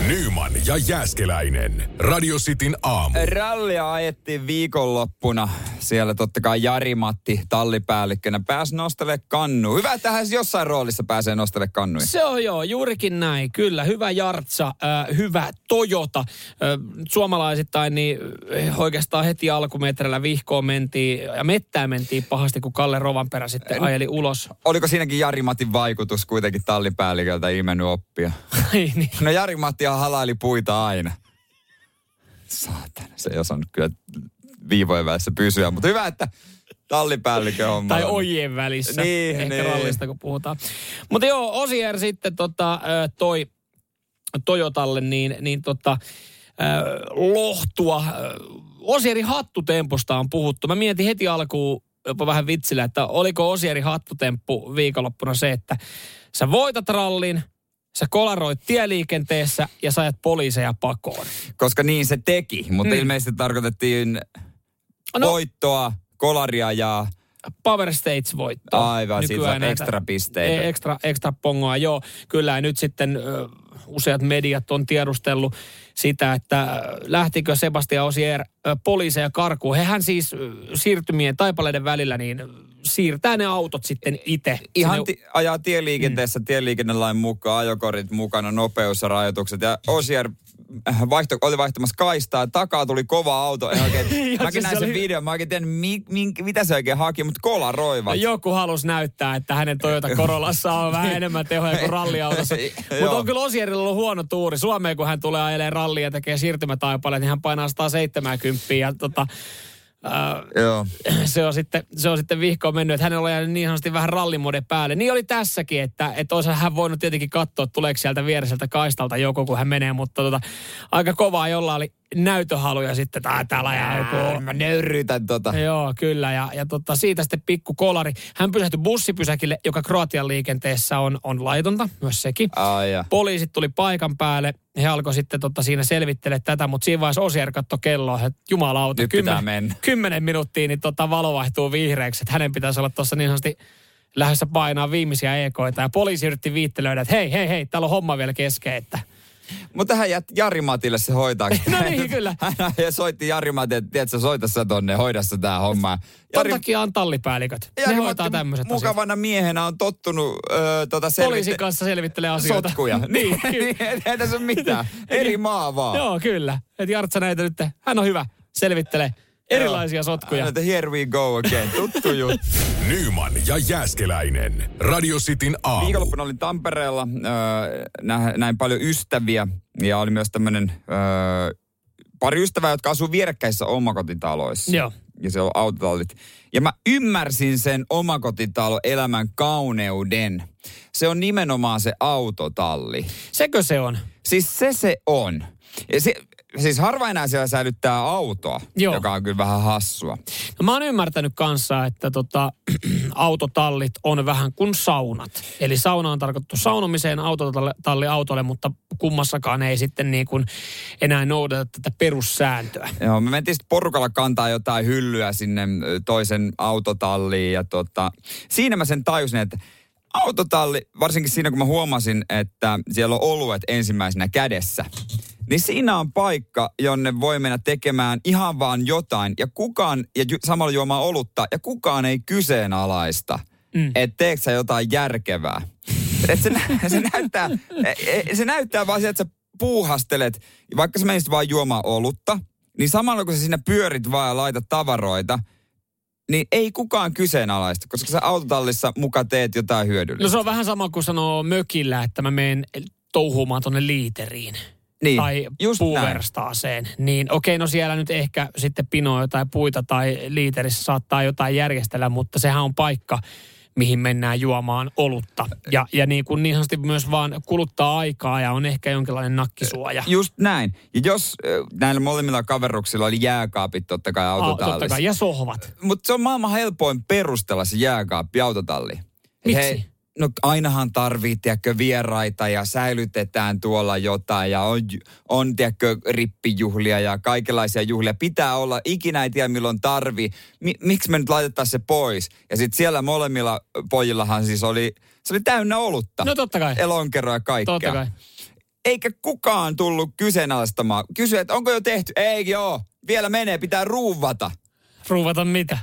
Speaker 1: Nyman ja Jääskeläinen. Radio Cityn aamu.
Speaker 3: Rallia ajettiin viikonloppuna. Siellä totta kai Jari-Matti tallipäällikkönä pääsi nostele kannu. Hyvä, että hän jossain roolissa pääsee nostele kannuja.
Speaker 2: Se on joo, juurikin näin. Kyllä, hyvä Jartsa, äh, hyvä Toyota. Äh, suomalaisittain niin äh, oikeastaan heti alkumetreillä vihkoon mentiin ja mettään mentiin pahasti, kun Kalle Rovanperä sitten ajeli ulos.
Speaker 3: Oliko siinäkin Jari-Matin vaikutus kuitenkin tallipäälliköltä imennyt oppia?
Speaker 2: Ei niin.
Speaker 3: No Jari-Matti halaili puita aina. Saatana, se ei osannut kyllä viivojen välissä pysyä, mutta hyvä, että tallipäällikön on.
Speaker 2: Tai ojien välissä.
Speaker 3: Niin,
Speaker 2: Ehkä
Speaker 3: niin.
Speaker 2: rallista, kun puhutaan. Mutta joo, Osier sitten tota, ö, toi Toyotalle niin, niin tota, ö, lohtua. Ö, Osierin hattutempusta on puhuttu. Mä mietin heti alkuun jopa vähän vitsillä, että oliko Osierin hattutemppu viikonloppuna se, että sä voitat rallin, sä kolaroit tieliikenteessä ja sä ajat poliiseja pakoon.
Speaker 3: Koska niin se teki, mutta mm. ilmeisesti tarkoitettiin
Speaker 2: No.
Speaker 3: no. voittoa, kolaria ja
Speaker 2: Power States voitto.
Speaker 3: Aivan, siitä saa
Speaker 2: Nykyään näitä-
Speaker 3: ekstra pisteitä.
Speaker 2: Ei, Ekstra, ekstra pongoa, joo. Kyllä ja nyt sitten ö, useat mediat on tiedustellut sitä, että ö, lähtikö Sebastian Osier ö, poliiseja karkuun. Hehän siis ö, siirtymien taipaleiden välillä niin ö, siirtää ne autot sitten itse.
Speaker 3: Ihan
Speaker 2: sinne-
Speaker 3: ti- ajaa tieliikenteessä mm. tieliikennelain mukaan, ajokorit mukana, nopeusrajoitukset ja Osier äh, vaihto, oli vaihtamassa kaistaa, takaa tuli kova auto. En oikein,
Speaker 2: Joo,
Speaker 3: mäkin
Speaker 2: siis
Speaker 3: näin
Speaker 2: se
Speaker 3: sen
Speaker 2: oli-
Speaker 3: videon, mä oikein tiedän, mi, mi, mitä se oikein haki, mutta kola roivat.
Speaker 2: Joku halusi näyttää, että hänen Toyota Corollassa on vähän enemmän tehoja kuin ralliautossa. Mutta
Speaker 3: Joo.
Speaker 2: on kyllä Osierilla ollut huono tuuri. Suomeen, kun hän tulee ajelemaan rallia ja tekee siirtymätaipaleet, niin hän painaa 170 ja tota, äh,
Speaker 3: Joo.
Speaker 2: se on sitten, se on sitten vihkoon mennyt, että hänellä on jäänyt niin sanotusti vähän rallimode päälle. Niin oli tässäkin, että, että olisi hän voinut tietenkin katsoa, että tuleeko sieltä viereiseltä kaistalta joku, kun hän menee, mutta tota, aika kovaa, jolla oli näytöhaluja sitten, tai täällä jää joku.
Speaker 3: Mä nöyrytän tota.
Speaker 2: Joo, kyllä. Ja, ja tota, siitä sitten pikku kolari. Hän pysähtyi bussipysäkille, joka Kroatian liikenteessä on, on laitonta, myös sekin.
Speaker 3: Ai ja.
Speaker 2: Poliisit tuli paikan päälle. He alkoi sitten tota, siinä selvittele tätä, mutta siinä vaiheessa Osier katsoi kelloa, että jumalauta,
Speaker 3: Nyt pitää mennä.
Speaker 2: kymmenen minuuttia, niin tota, valo vaihtuu vihreäksi. Että hänen pitäisi olla tuossa niin sanotusti lähdössä painaa viimeisiä ekoita. Ja poliisi yritti viittelöidä, että hei, hei, hei, täällä on homma vielä kesken. Että.
Speaker 3: Mutta hän jätti Jari Matille se hoitaa.
Speaker 2: No niin, kyllä.
Speaker 3: Hän ja soitti Jari Matille, että tiedätkö, soita sä tonne, hoida sä tää homma.
Speaker 2: Ton takia on tallipäälliköt. Ne hoitaa
Speaker 3: Matti
Speaker 2: tämmöiset asiat.
Speaker 3: Mukavana miehenä on tottunut öö, tota
Speaker 2: Poliisin
Speaker 3: selvitte-
Speaker 2: kanssa selvittelee asioita.
Speaker 3: sotkuja.
Speaker 2: niin, kyllä.
Speaker 3: niin, ei tässä ole mitään. Eri maa vaan.
Speaker 2: Joo, kyllä. Et Jartsa näitä nyt, hän on hyvä, selvittelee erilaisia sotkuja.
Speaker 3: Aina, että Here we go again. Tuttu juttu.
Speaker 1: Nyman ja Jääskeläinen. Radio Cityn aamu.
Speaker 3: Viikonloppuna olin Tampereella, öö, nä- näin paljon ystäviä ja oli myös tämmöinen öö, pari ystävää, jotka asuu vierekkäisissä omakotitaloissa.
Speaker 2: Joo.
Speaker 3: Ja se on autotallit. Ja mä ymmärsin sen omakotitaloelämän kauneuden. Se on nimenomaan se autotalli.
Speaker 2: Sekö se on?
Speaker 3: Siis se se on. Ja se, siis harva enää siellä säilyttää autoa,
Speaker 2: Joo.
Speaker 3: joka on kyllä vähän hassua.
Speaker 2: No, mä oon ymmärtänyt kanssa, että tota, autotallit on vähän kuin saunat. Eli sauna on tarkoitettu saunomiseen autotalli autolle, mutta kummassakaan ei sitten niin kuin enää noudata tätä perussääntöä.
Speaker 3: Joo, me mentiin sitten porukalla kantaa jotain hyllyä sinne ö, toisen autotalliin ja tota, siinä mä sen tajusin, että autotalli, varsinkin siinä kun mä huomasin, että siellä on oluet ensimmäisenä kädessä, niin siinä on paikka, jonne voi mennä tekemään ihan vaan jotain ja kukaan, ja ju, samalla juomaan olutta, ja kukaan ei kyseenalaista, mm. että teekö sä jotain järkevää. Et se, nä- se, näyttää, e- e- se näyttää vaan sieltä, että sä puuhastelet, vaikka sä menisit vaan juomaan olutta, niin samalla kun sä siinä pyörit vaan ja laitat tavaroita, niin ei kukaan kyseenalaista, koska sä autotallissa muka teet jotain hyödyllistä.
Speaker 2: No se on vähän sama kuin sanoo mökillä, että mä menen touhumaan tonne liiteriin.
Speaker 3: niin,
Speaker 2: tai puuverstaaseen, niin okei, no siellä nyt ehkä sitten pinoa jotain puita tai liiterissä saattaa jotain järjestellä, mutta sehän on paikka, mihin mennään juomaan olutta. Ja, ja niin kuin niin sanotusti myös vaan kuluttaa aikaa ja on ehkä jonkinlainen nakkisuoja.
Speaker 3: Just näin. Ja jos ö, näillä molemmilla kaveruksilla oli jääkaapit totta kai
Speaker 2: Ah,
Speaker 3: autotallissa.
Speaker 2: totta kai, ja sohvat.
Speaker 3: Mutta se on maailman helpoin perustella se jääkaappi autotalli.
Speaker 2: Miksi?
Speaker 3: no ainahan tarvii, tiedätkö, vieraita ja säilytetään tuolla jotain ja on, on tiedätkö, rippijuhlia ja kaikenlaisia juhlia. Pitää olla, ikinä ei tiedä milloin tarvii. Mi- miksi me nyt laitettaisiin se pois? Ja sitten siellä molemmilla pojillahan siis oli, se oli täynnä olutta.
Speaker 2: No totta kai,
Speaker 3: Elonkeroa ja kaikkea
Speaker 2: totta kai. Ruuvata mitä?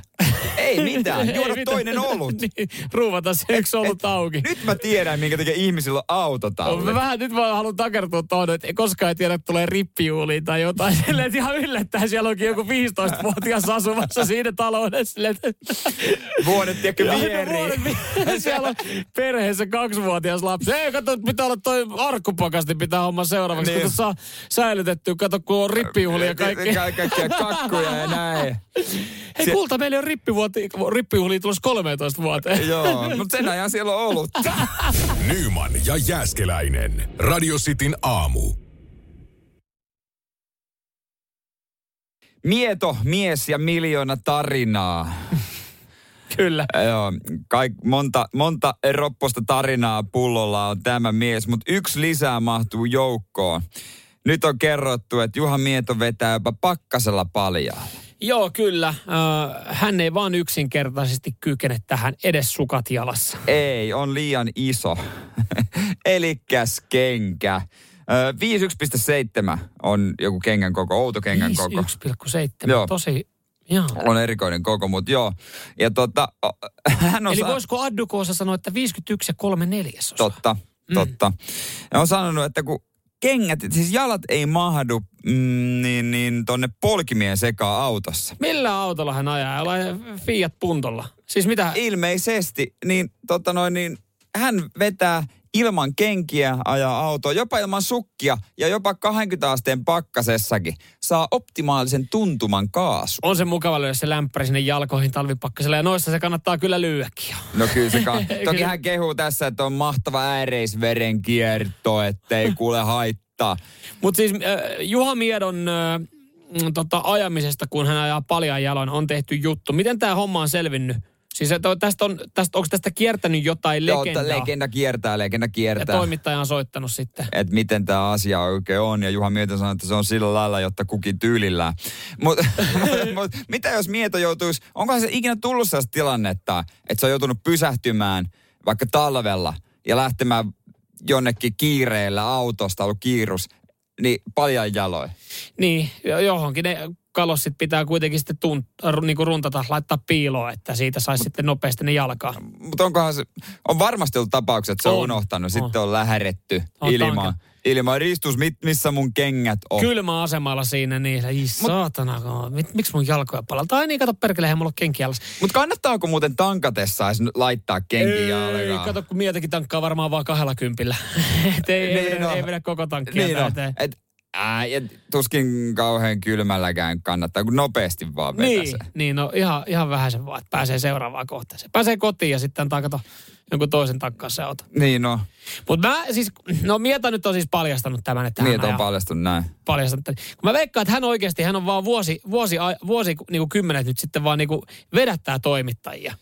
Speaker 3: Ei mitään,
Speaker 2: Ei
Speaker 3: juoda
Speaker 2: mitään.
Speaker 3: toinen olut.
Speaker 2: niin, ruuvata se yksi ollut auki.
Speaker 3: Nyt mä tiedän, minkä takia ihmisillä on autotalli.
Speaker 2: Mä vähän nyt vaan haluan takertua tuohon, että koskaan ei tiedä, että tulee rippijuuliin tai jotain. Silleen, että ihan yllättäen siellä onkin joku 15-vuotias asumassa siinä taloudessa. Silleen, että
Speaker 3: Vuodet tiedätkö
Speaker 2: Ja
Speaker 3: vieriin.
Speaker 2: nuoret miehet, siellä on perheessä kaksivuotias lapsi. Ei, kato, nyt pitää olla toi arkkupakasti pitää homma seuraavaksi.
Speaker 3: Niin.
Speaker 2: Niin. saa säilytetty, kato, kun on rippijuhlia ja kaikki.
Speaker 3: Ka- Kaikkia kakkuja ja näin.
Speaker 2: Hei,
Speaker 3: se-
Speaker 2: kulta, meillä on rippivuoti, rippijuhlia tulossa 13 vuoteen.
Speaker 3: Joo, mutta sen ajan siellä on ollut.
Speaker 1: Nyman ja Jääskeläinen. Radio Cityn aamu.
Speaker 3: Mieto, mies ja miljoona tarinaa.
Speaker 2: Kyllä.
Speaker 3: Joo, kaik, monta, monta ropposta tarinaa pullolla on tämä mies, mutta yksi lisää mahtuu joukkoon. Nyt on kerrottu, että Juha Mieto vetää jopa pakkasella paljaa.
Speaker 2: Joo, kyllä. Ö, hän ei vaan yksinkertaisesti kykene tähän edes sukat jalassa.
Speaker 3: Ei, on liian iso. Elikäs kenkä. Ö, 51,7 on joku kengän koko, outo kengän koko.
Speaker 2: 1,7.
Speaker 3: Joo.
Speaker 2: Tosi, joo.
Speaker 3: On erikoinen koko, mutta joo. Ja tota, o- hän on
Speaker 2: Eli
Speaker 3: sa-
Speaker 2: voisiko Addukoosa sanoa, että 51 ja 3 neljäsosa?
Speaker 3: Totta, totta. Ja on sanonut, että kun kengät, siis jalat ei mahdu mm, niin, niin tonne polkimien sekaan autossa.
Speaker 2: Millä autolla hän ajaa? Jollain Fiat Puntolla. Siis mitä?
Speaker 3: Ilmeisesti, niin, tota noin, niin hän vetää ilman kenkiä ajaa autoa, jopa ilman sukkia ja jopa 20 asteen pakkasessakin saa optimaalisen tuntuman kaasu.
Speaker 2: On se mukava lyödä se lämpäri sinne jalkoihin talvipakkasella ja noissa se kannattaa kyllä lyödäkin. jo.
Speaker 3: No kyllä se ka- Toki hän kehuu tässä, että on mahtava ääreisverenkierto, ettei kuule haittaa.
Speaker 2: Mutta siis äh, Juha Miedon äh, mm, tota, ajamisesta, kun hän ajaa paljon jaloin, on tehty juttu. Miten tämä homma on selvinnyt? Siis että on- tästä on, tästä, onko tästä kiertänyt jotain
Speaker 3: Joo,
Speaker 2: legendaa?
Speaker 3: tää legenda kiertää, legenda
Speaker 2: ja
Speaker 3: kiertää.
Speaker 2: toimittaja on soittanut sitten.
Speaker 3: että miten tämä asia oikein on. Ja Juha Mieto sanoi, että se on sillä lailla, jotta kukin tyylillään. Mutta mut, mitä jos Mieto joutuisi, onkohan se ikinä tullut sellaista tilannetta, että se on joutunut pysähtymään vaikka talvella ja lähtemään jonnekin kiireellä autosta, ollut kiirus, niin paljon jaloin.
Speaker 2: Niin, jo- johonkin ne kalossit pitää kuitenkin sitten tunt, ru- niinku runtata, laittaa piiloon, että siitä saisi sitten nopeasti ne jalkaa.
Speaker 3: Mutta onkohan se, on varmasti ollut tapauksia, että se on,
Speaker 2: On,
Speaker 3: on unohtanut,
Speaker 2: on.
Speaker 3: sitten on lähäretty
Speaker 2: On
Speaker 3: ilmaan.
Speaker 2: tanka.
Speaker 3: Ilmaan ristus, mit, missä mun kengät on.
Speaker 2: Kylmä asemalla siinä, niin se, "Ii, saatana, kun- mit, miksi mun jalkoja palaa? Tai niin, kato perkele, ei mulla ole kenkiä alas.
Speaker 3: Mutta kannattaako muuten tankatessaisi laittaa kenkiä
Speaker 2: Ei,
Speaker 3: jalkaan?
Speaker 2: kato, kun mietäkin tankkaa varmaan vaan kahdella kympillä. Et ei, ei,
Speaker 3: Niin
Speaker 2: vedä-
Speaker 3: on.
Speaker 2: ei, vedä koko tankkia niin
Speaker 3: on.
Speaker 2: täyteen.
Speaker 3: Et, ää, ja tuskin kauhean kylmälläkään kannattaa, kun nopeasti vaan vetäsee.
Speaker 2: Niin, niin, no ihan, ihan vähän sen vaan, että pääsee seuraavaan kohteeseen. Pääsee kotiin ja sitten antaa kato jonkun toisen takkaan se auto.
Speaker 3: Niin no,
Speaker 2: Mutta mä siis, no Mieta nyt on siis paljastanut tämän, että
Speaker 3: niin että
Speaker 2: hän
Speaker 3: on
Speaker 2: ajaa
Speaker 3: paljastunut näin.
Speaker 2: paljastanut. tämän. Kun mä veikkaan, että hän oikeasti, hän on vaan vuosi, vuosi, vuosi niin kuin kymmenet nyt sitten vaan niin kuin vedättää toimittajia.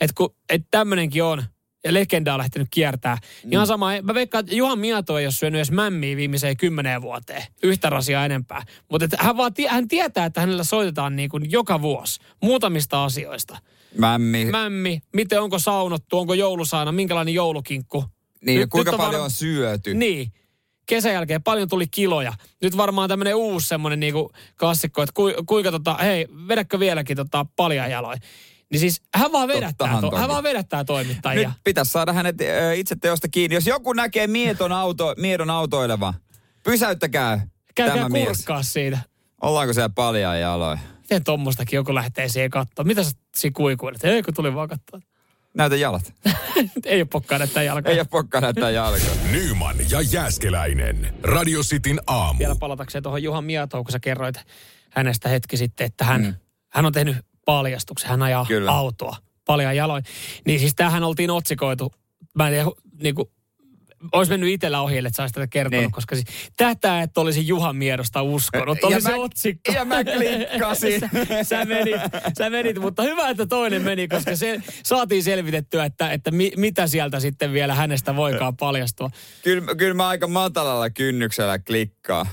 Speaker 2: Että et tämmöinenkin on, ja legendaa on lähtenyt kiertää. Mm. Ihan sama, mä veikkaan, että Juhan Mieto ei ole syönyt edes mämmiä viimeiseen kymmeneen vuoteen. Yhtä rasia enempää. Mutta hän, vaan, tie- hän tietää, että hänellä soitetaan niin kuin joka vuosi muutamista asioista.
Speaker 3: Mämmi, Mä,
Speaker 2: Mämmi, miten onko saunottu, onko joulusaana, minkälainen joulukinkku.
Speaker 3: niin
Speaker 2: Nyt-
Speaker 3: kuinka
Speaker 2: nyt on
Speaker 3: paljon
Speaker 2: varma-
Speaker 3: on syöty?
Speaker 2: niin. Kesän jälkeen paljon tuli kiloja. Nyt varmaan tämmöinen uusi semmoinen niinku klassikko, että ku, kuinka tota, hei, vedätkö vieläkin tota paljaa jaloin. Niin siis hän vaan vedättää,
Speaker 3: Tottahan
Speaker 2: to,
Speaker 3: toki.
Speaker 2: hän vaan vedättää
Speaker 3: Nyt
Speaker 2: toimittajia.
Speaker 3: pitäisi saada hänet ö, itse teosta kiinni. Jos joku näkee mieton, auto, mieton autoileva, pysäyttäkää
Speaker 2: Käykää
Speaker 3: tämä mies.
Speaker 2: kurkkaa siitä.
Speaker 3: Ollaanko siellä paljon jaloin?
Speaker 2: Miten tommostakin joku lähtee siihen katsomaan? Mitä sä siinä kuikuilet? Ei, kun tuli vaan katsoa.
Speaker 3: Näytä jalat.
Speaker 2: Ei ole pokkaa näyttää jalkaa.
Speaker 3: Ei ole pokkaa näyttää jalkoja.
Speaker 1: Nyman ja Jääskeläinen. Radio Cityn aamu.
Speaker 2: Vielä palatakseen tuohon Juhan Mietoon, kun sä kerroit hänestä hetki sitten, että hän, mm. hän on tehnyt paljastuksen, hän ajaa
Speaker 3: Kyllä.
Speaker 2: autoa paljon jaloin. Niin siis tämähän oltiin otsikoitu, mä en tiedä, niin kuin, olisi mennyt itsellä ohi, että saisi tätä kertonut,
Speaker 3: Niin.
Speaker 2: koska siis tätä et olisi Juhan Miedosta uskonut.
Speaker 3: Ja
Speaker 2: Oli se
Speaker 3: mä-
Speaker 2: otsikko.
Speaker 3: ja mä klikkasin.
Speaker 2: sä, sä, menit, sä menit, mutta hyvä, että toinen meni, koska se, saatiin selvitettyä, että, että mi, mitä sieltä sitten vielä hänestä voikaan paljastua.
Speaker 3: Kyllä, kyllä mä aika matalalla kynnyksellä klikkaa.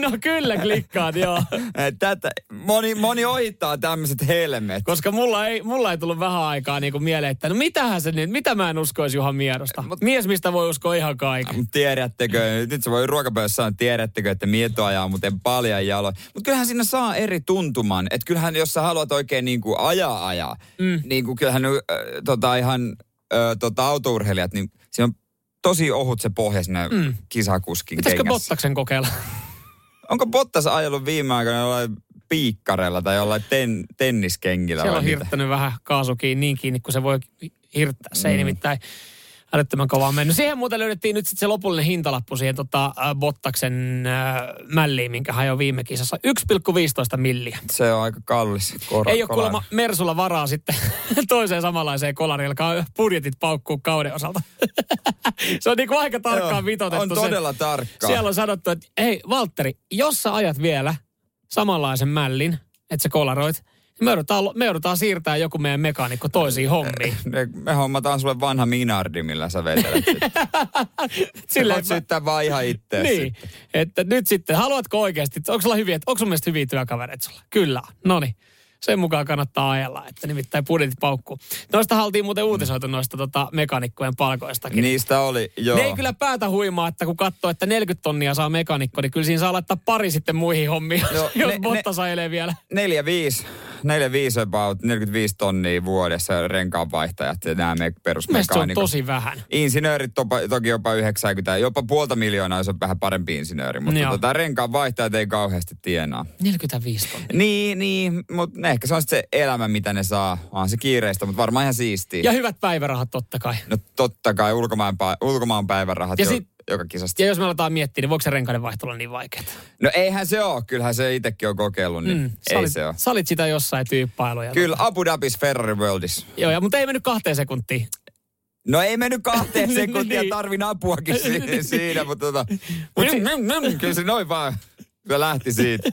Speaker 2: no kyllä klikkaat, joo.
Speaker 3: Et Eh, Tätä, moni, moni ohittaa tämmöiset helmet.
Speaker 2: Koska mulla ei, mulla ei tullut vähän aikaa niin kuin mieleen, että no mitähän se nyt, mitä mä en uskoisi Juhan Miedosta. Mut, Mies, mistä voi uskoa ihan kaiken.
Speaker 3: Mut tiedättekö, nyt se voi ruokapöydässä sanoa, tiedättekö, että mieto ajaa muuten paljon jaloin. Mutta kyllähän siinä saa eri tuntuman. Että kyllähän jos sä haluat oikein niin kuin ajaa ajaa, mm. niin kuin kyllähän äh, tota, ihan äh, tota, autourheilijat, niin siinä on tosi ohut se pohja siinä mm. kisakuskin
Speaker 2: Pitäisikö
Speaker 3: kengässä.
Speaker 2: Bottaksen kokeilla?
Speaker 3: Onko Bottas ajellut viime aikoina jollain piikkarella tai jollain ten, tenniskengillä?
Speaker 2: Siellä
Speaker 3: vai
Speaker 2: on
Speaker 3: mitä?
Speaker 2: hirttänyt vähän kaasu kiinni niin kiinni, kun se voi hirttää. Se ei nimittäin älyttömän kovaa mennyt. Siihen muuten löydettiin nyt sitten se lopullinen hintalappu siihen tota, äh, Bottaksen äh, mälliin, minkä hän jo viime kisassa. 1,15 milliä.
Speaker 3: Se on aika kallis kor-
Speaker 2: Ei ole
Speaker 3: kolari.
Speaker 2: kuulemma Mersulla varaa sitten toiseen samanlaiseen kolariin, alkaa budjetit paukkuu kauden osalta. se on niinku aika tarkkaan
Speaker 3: Joo,
Speaker 2: vitotettu.
Speaker 3: On
Speaker 2: se-
Speaker 3: todella tarkkaa.
Speaker 2: Siellä on sanottu, että hei Valtteri, jos sä ajat vielä samanlaisen mällin, että sä kolaroit, niin me joudutaan, me joudutaan siirtää joku meidän mekaanikko toisiin hommiin.
Speaker 3: Me, me hommataan sulle vanha minardi, millä sä vetelet sitten. Sä
Speaker 2: Silleen
Speaker 3: voit
Speaker 2: mä-
Speaker 3: syyttää vaan ihan ittees
Speaker 2: Niin,
Speaker 3: sitten.
Speaker 2: että nyt sitten, haluatko oikeasti, onko sulla hyviä, onko sun mielestä hyviä työkavereita sulla? Kyllä, no niin. Sen mukaan kannattaa ajella, että nimittäin budjetit paukkuu. Noista oltiin muuten uutisoitu noista tota, mekanikkojen palkoistakin.
Speaker 3: Niistä oli, Niin joo.
Speaker 2: Ne ei kyllä päätä huimaa, että kun katsoo, että 40 tonnia saa mekanikko, niin kyllä siinä saa laittaa pari sitten muihin hommiin,
Speaker 3: Joo,
Speaker 2: jos
Speaker 3: No, ne-
Speaker 2: Bottas ajelee vielä.
Speaker 3: Neljä, viisi 4-5 about, 45 tonnia vuodessa renkaanvaihtajat ja nämä me
Speaker 2: Mielestäni se on
Speaker 3: perusmekaanikot.
Speaker 2: tosi vähän.
Speaker 3: Insinöörit topa, toki jopa 90, jopa puolta miljoonaa, jos on vähän parempi insinööri, mutta
Speaker 2: Joo.
Speaker 3: tota, renkaanvaihtajat ei kauheasti tienaa.
Speaker 2: 45 tonnia.
Speaker 3: Niin, niin, mutta ehkä se on sit se elämä, mitä ne saa. On se kiireistä, mutta varmaan ihan siistiä.
Speaker 2: Ja hyvät päivärahat totta kai.
Speaker 3: No totta kai, ulkomaan, ulkomaan päivärahat
Speaker 2: Ja
Speaker 3: jo,
Speaker 2: sit-
Speaker 3: joka kisasta.
Speaker 2: Ja jos me aletaan miettiä, niin voiko se renkaiden vaihto olla niin vaikeaa?
Speaker 3: No eihän se ole, kyllähän se itsekin on kokeillut, niin
Speaker 2: Mm,
Speaker 3: ei
Speaker 2: sä olit-
Speaker 3: se ole.
Speaker 2: Sä olit sitä jossain tyyppailuja.
Speaker 3: Kyllä Abu Dhabis Ferrari Worldis.
Speaker 2: Joo, ja, mutta ei mennyt kahteen sekuntiin.
Speaker 3: No ei mennyt kahteen sekuntia,
Speaker 2: Niin.
Speaker 3: tarvin apuakin si- siinä, mutta tota, mut si- kyllä se noin vaan se lähti siitä.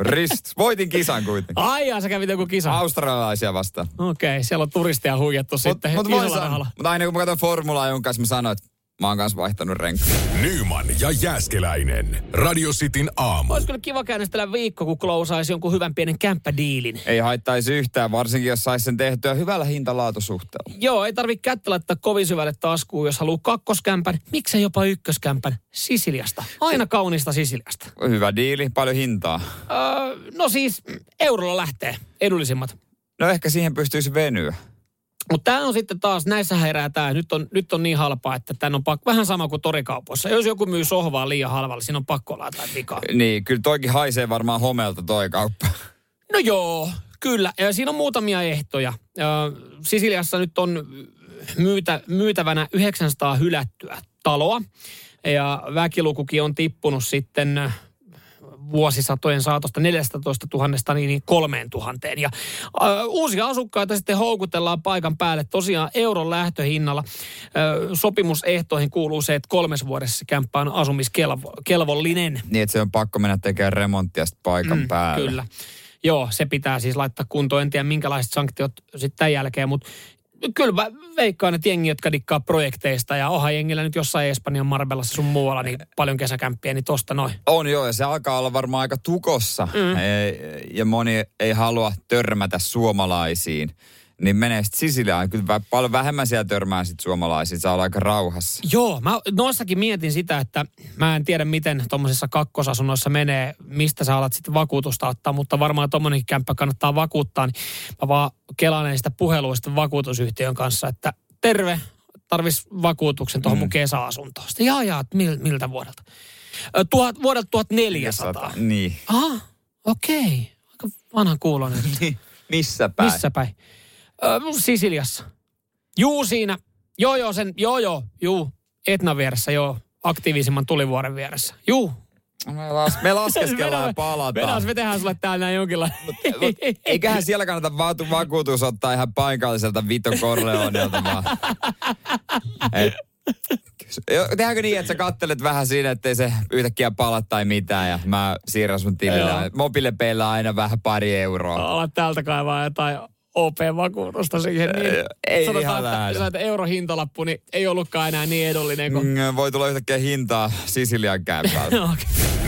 Speaker 3: Rist. Voitin kisan kuitenkin.
Speaker 2: Ai jaa, sä kävit joku kisa.
Speaker 3: Australialaisia vastaan.
Speaker 2: Okei, okay, siellä on turisteja huijattu sitten
Speaker 3: mut, voin
Speaker 2: isolla
Speaker 3: sanoa-
Speaker 2: rahalla.
Speaker 3: mut aina kun mä katson formulaa, jonka kanssa mä sanoin, että mä oon kanssa vaihtanut renkaan.
Speaker 1: Nyman ja Jääskeläinen. Radio Cityn aamu.
Speaker 2: Olisi kyllä kiva käynnistellä viikko, kun klousaisi jonkun hyvän pienen kämppädiilin.
Speaker 3: Ei haittaisi yhtään, varsinkin jos saisi sen tehtyä hyvällä hinta-laatusuhteella.
Speaker 2: Joo, ei tarvitse kättä laittaa kovin syvälle taskuun, jos haluaa kakkoskämpän, miksei jopa ykköskämpän Sisiliasta. Aina kaunista Sisiliasta.
Speaker 3: Hyvä diili, paljon hintaa.
Speaker 2: Öö, no siis, mm, eurolla lähtee edullisimmat.
Speaker 3: No ehkä siihen pystyisi venyä.
Speaker 2: Mutta tämä on sitten taas, näissä herää tämä, nyt on, nyt on niin halpaa, että tämän on pakko, vähän sama kuin torikaupoissa. Jos joku myy sohvaa liian halvalla, siinä on pakko olla jotain vikaa.
Speaker 3: Niin, kyllä toikin haisee varmaan homelta toi kauppa.
Speaker 2: No joo, kyllä. Ja siinä on muutamia ehtoja. Ö, Sisiliassa nyt on myytä, myytävänä 900 hylättyä taloa. Ja väkilukukin on tippunut sitten vuosisatojen saatosta 14 000 niin niin 3 000. Ja ö, uusia asukkaita sitten houkutellaan paikan päälle tosiaan euron lähtöhinnalla. Ö, sopimusehtoihin kuuluu se, että kolmes vuodessa se kämppä on asumiskelvollinen.
Speaker 3: Niin, että se on pakko mennä tekemään remonttia sit paikan mm, päälle.
Speaker 2: Kyllä. Joo, se pitää siis laittaa kuntoon. En tiedä minkälaiset sanktiot sitten tämän jälkeen, mutta kyllä mä veikkaan, että jengi, jotka dikkaa projekteista ja oha jengillä nyt jossain Espanjan Marbellassa sun muualla, niin paljon kesäkämppiä, niin tosta noin.
Speaker 3: On joo, ja se alkaa olla varmaan aika tukossa. Mm. Ei, ja moni ei halua törmätä suomalaisiin. Niin menee sitten Sisiliaan. Kyllä vä- paljon vähemmän siellä törmää sit suomalaisiin. Saa olla aika rauhassa.
Speaker 2: Joo, mä noissakin mietin sitä, että mä en tiedä miten tuommoisissa kakkosasunnoissa menee, mistä sä alat sitten vakuutusta ottaa, mutta varmaan tuommoinenkin kämppä kannattaa vakuuttaa. Niin mä vaan kelaan niistä puheluista vakuutusyhtiön kanssa, että terve, tarvis vakuutuksen tuohon mm. mun kesäasuntoon. Sitten jaa, jaa, et mil, miltä vuodelta? Ö, Tuhat, vuodelta 1400.
Speaker 3: Niin.
Speaker 2: Aha, okei. Aika vanha kuulonen.
Speaker 3: Missä päin?
Speaker 2: Missä päin? Ö, Sisiliassa. Juu siinä. Joo joo sen, joo joo, juu. Etnan vieressä, joo. Aktiivisimman tulivuoren vieressä. Juu.
Speaker 3: Me, las- me laskeskellaan ja palataan.
Speaker 2: Vedäs, me tehdään sulle täällä näin jonkinlainen.
Speaker 3: Mut Eiköhän siellä kannata vaatu- vakuutus ottaa ihan paikalliselta Vito Corleonelta vaan. Et- Jo- Tehdäänkö niin, että sä kattelet vähän siinä, ettei se yhtäkkiä pala tai mitään ja mä siirrän sun tilille.
Speaker 2: Joo.
Speaker 3: Mobiilepeillä aina vähän pari euroa.
Speaker 2: Alat täältä kaivaa jotain OP-vakuutusta siihen. Niin,
Speaker 3: Ei- ei ihan
Speaker 2: sanotaan,
Speaker 3: lähde.
Speaker 2: että, että eurohintalappu niin ei ollutkaan enää niin edullinen kuin...
Speaker 3: Mm, Voi tulla yhtäkkiä hintaa Sisilian kämpältä.
Speaker 2: No, okay.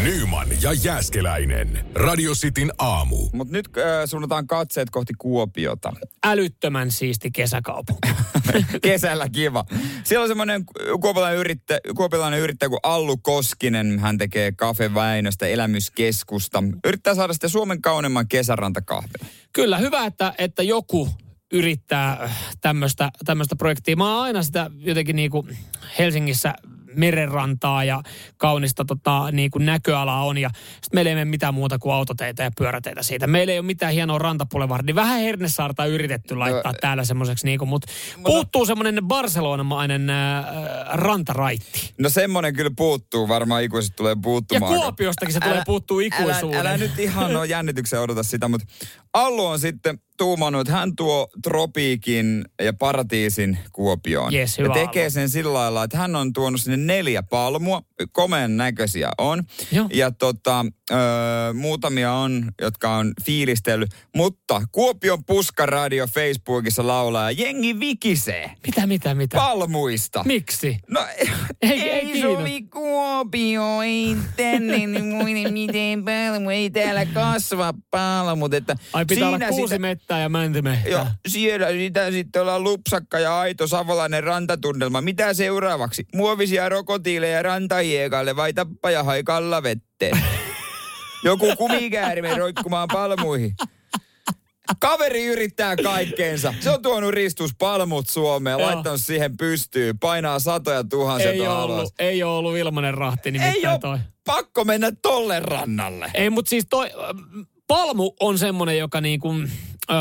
Speaker 1: Nyman ja Jääskeläinen. Radio Cityn aamu.
Speaker 3: Mutta nyt ö, suunnataan katseet kohti Kuopiota.
Speaker 2: Älyttömän siisti kesäkaupunki.
Speaker 3: Kesällä kiva. Siellä on semmoinen kuopilainen yrittäjä, kuopilainen yrittäjä kuin Allu Koskinen. Hän tekee Cafe Väinöstä elämyskeskusta. Yrittää saada sitä Suomen kauneimman kesärantakahvin.
Speaker 2: Kyllä, hyvä, että, että joku yrittää tämmöistä tämmöistä projektia. Mä oon aina sitä jotenkin niin kuin Helsingissä merenrantaa ja kaunista tota, niin kuin näköalaa on. Ja sit meillä ei mene mitään muuta kuin autoteitä ja pyöräteitä siitä. Meillä ei ole mitään hienoa rantapulevardia. Vähän Hernesaarta on yritetty laittaa
Speaker 3: No,
Speaker 2: no, täällä semmoiseksi, niin mutta puuttuu semmoinen barcelonamainen äh, rantaraitti.
Speaker 3: No semmonen kyllä puuttuu, varmaan ikuisesti tulee
Speaker 2: Ja
Speaker 3: puuttumaan.
Speaker 2: Kuopiostakin se tulee puuttuu ikuisuuteen.
Speaker 3: Älä, älä nyt ihan no jännityksen odota sitä, mutta Allu on sitten tuumannut, että hän tuo tropiikin ja paratiisin Kuopioon.
Speaker 2: Jes,
Speaker 3: ja
Speaker 2: hyvä
Speaker 3: tekee
Speaker 2: Allu.
Speaker 3: sen sillä lailla, että hän on tuonut sinne neljä palmua, komeen näköisiä on.
Speaker 2: Joo.
Speaker 3: Ja tota, ö, muutamia on, jotka on fiilistellyt, mutta Kuopion Puskaradio Facebookissa laulaa, ja jengi vikisee
Speaker 2: Mitä, mitä, mitä?
Speaker 3: palmuista.
Speaker 2: Miksi?
Speaker 3: No
Speaker 2: Ei- ei kiinnosta.
Speaker 3: sovi Kuopio, ei tänne, niin muinen miten palmu, ei täällä kasva palmut. Että
Speaker 2: Ai pitää olla kuusi
Speaker 3: sitä,
Speaker 2: mettää ja mäntymehtää.
Speaker 3: jo, siellä sitä sitten ollaan lupsakka ja aito savolainen rantatunnelma. Mitä seuraavaksi? Muovisia rokotiileja rantahiekalle vai tappaja hai kallavetteen? Joku kumikäärme roikkumaan palmuihin. Kaveri yrittää kaikkeensa. Se on tuonut ristuspalmut Suomeen,
Speaker 2: Joo.
Speaker 3: laittanut siihen pystyyn, painaa satoja tuhansia
Speaker 2: ei,
Speaker 3: tuohon
Speaker 2: ole ollut,
Speaker 3: alas.
Speaker 2: ei ole ollut ilmanen rahti
Speaker 3: Ei
Speaker 2: nimittäin
Speaker 3: ole
Speaker 2: toi.
Speaker 3: pakko mennä tolle rannalle.
Speaker 2: Ei, mutta siis toi, ähm, palmu on semmoinen, joka niinku, äh,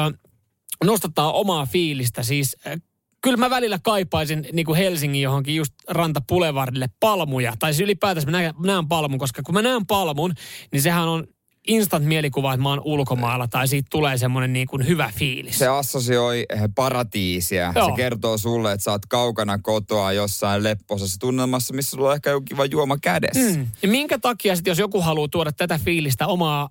Speaker 2: nostattaa omaa fiilistä. Siis äh, kyllä mä välillä kaipaisin niinku Helsingin johonkin just rantapulevardille palmuja. Tai siis ylipäätänsä mä näen, näen palmun, koska kun mä näen palmun, niin sehän on instant mielikuva, että mä oon ulkomailla. Tai siitä tulee semmoinen niinku hyvä fiilis.
Speaker 3: Se assosioi eh, paratiisia.
Speaker 2: Joo.
Speaker 3: Se kertoo sulle, että sä oot kaukana kotoa jossain lepposassa tunnelmassa, missä sulla on ehkä joku kiva juoma kädessä. Mm.
Speaker 2: Mm. Ja minkä takia sitten, jos joku haluaa tuoda tätä fiilistä omaa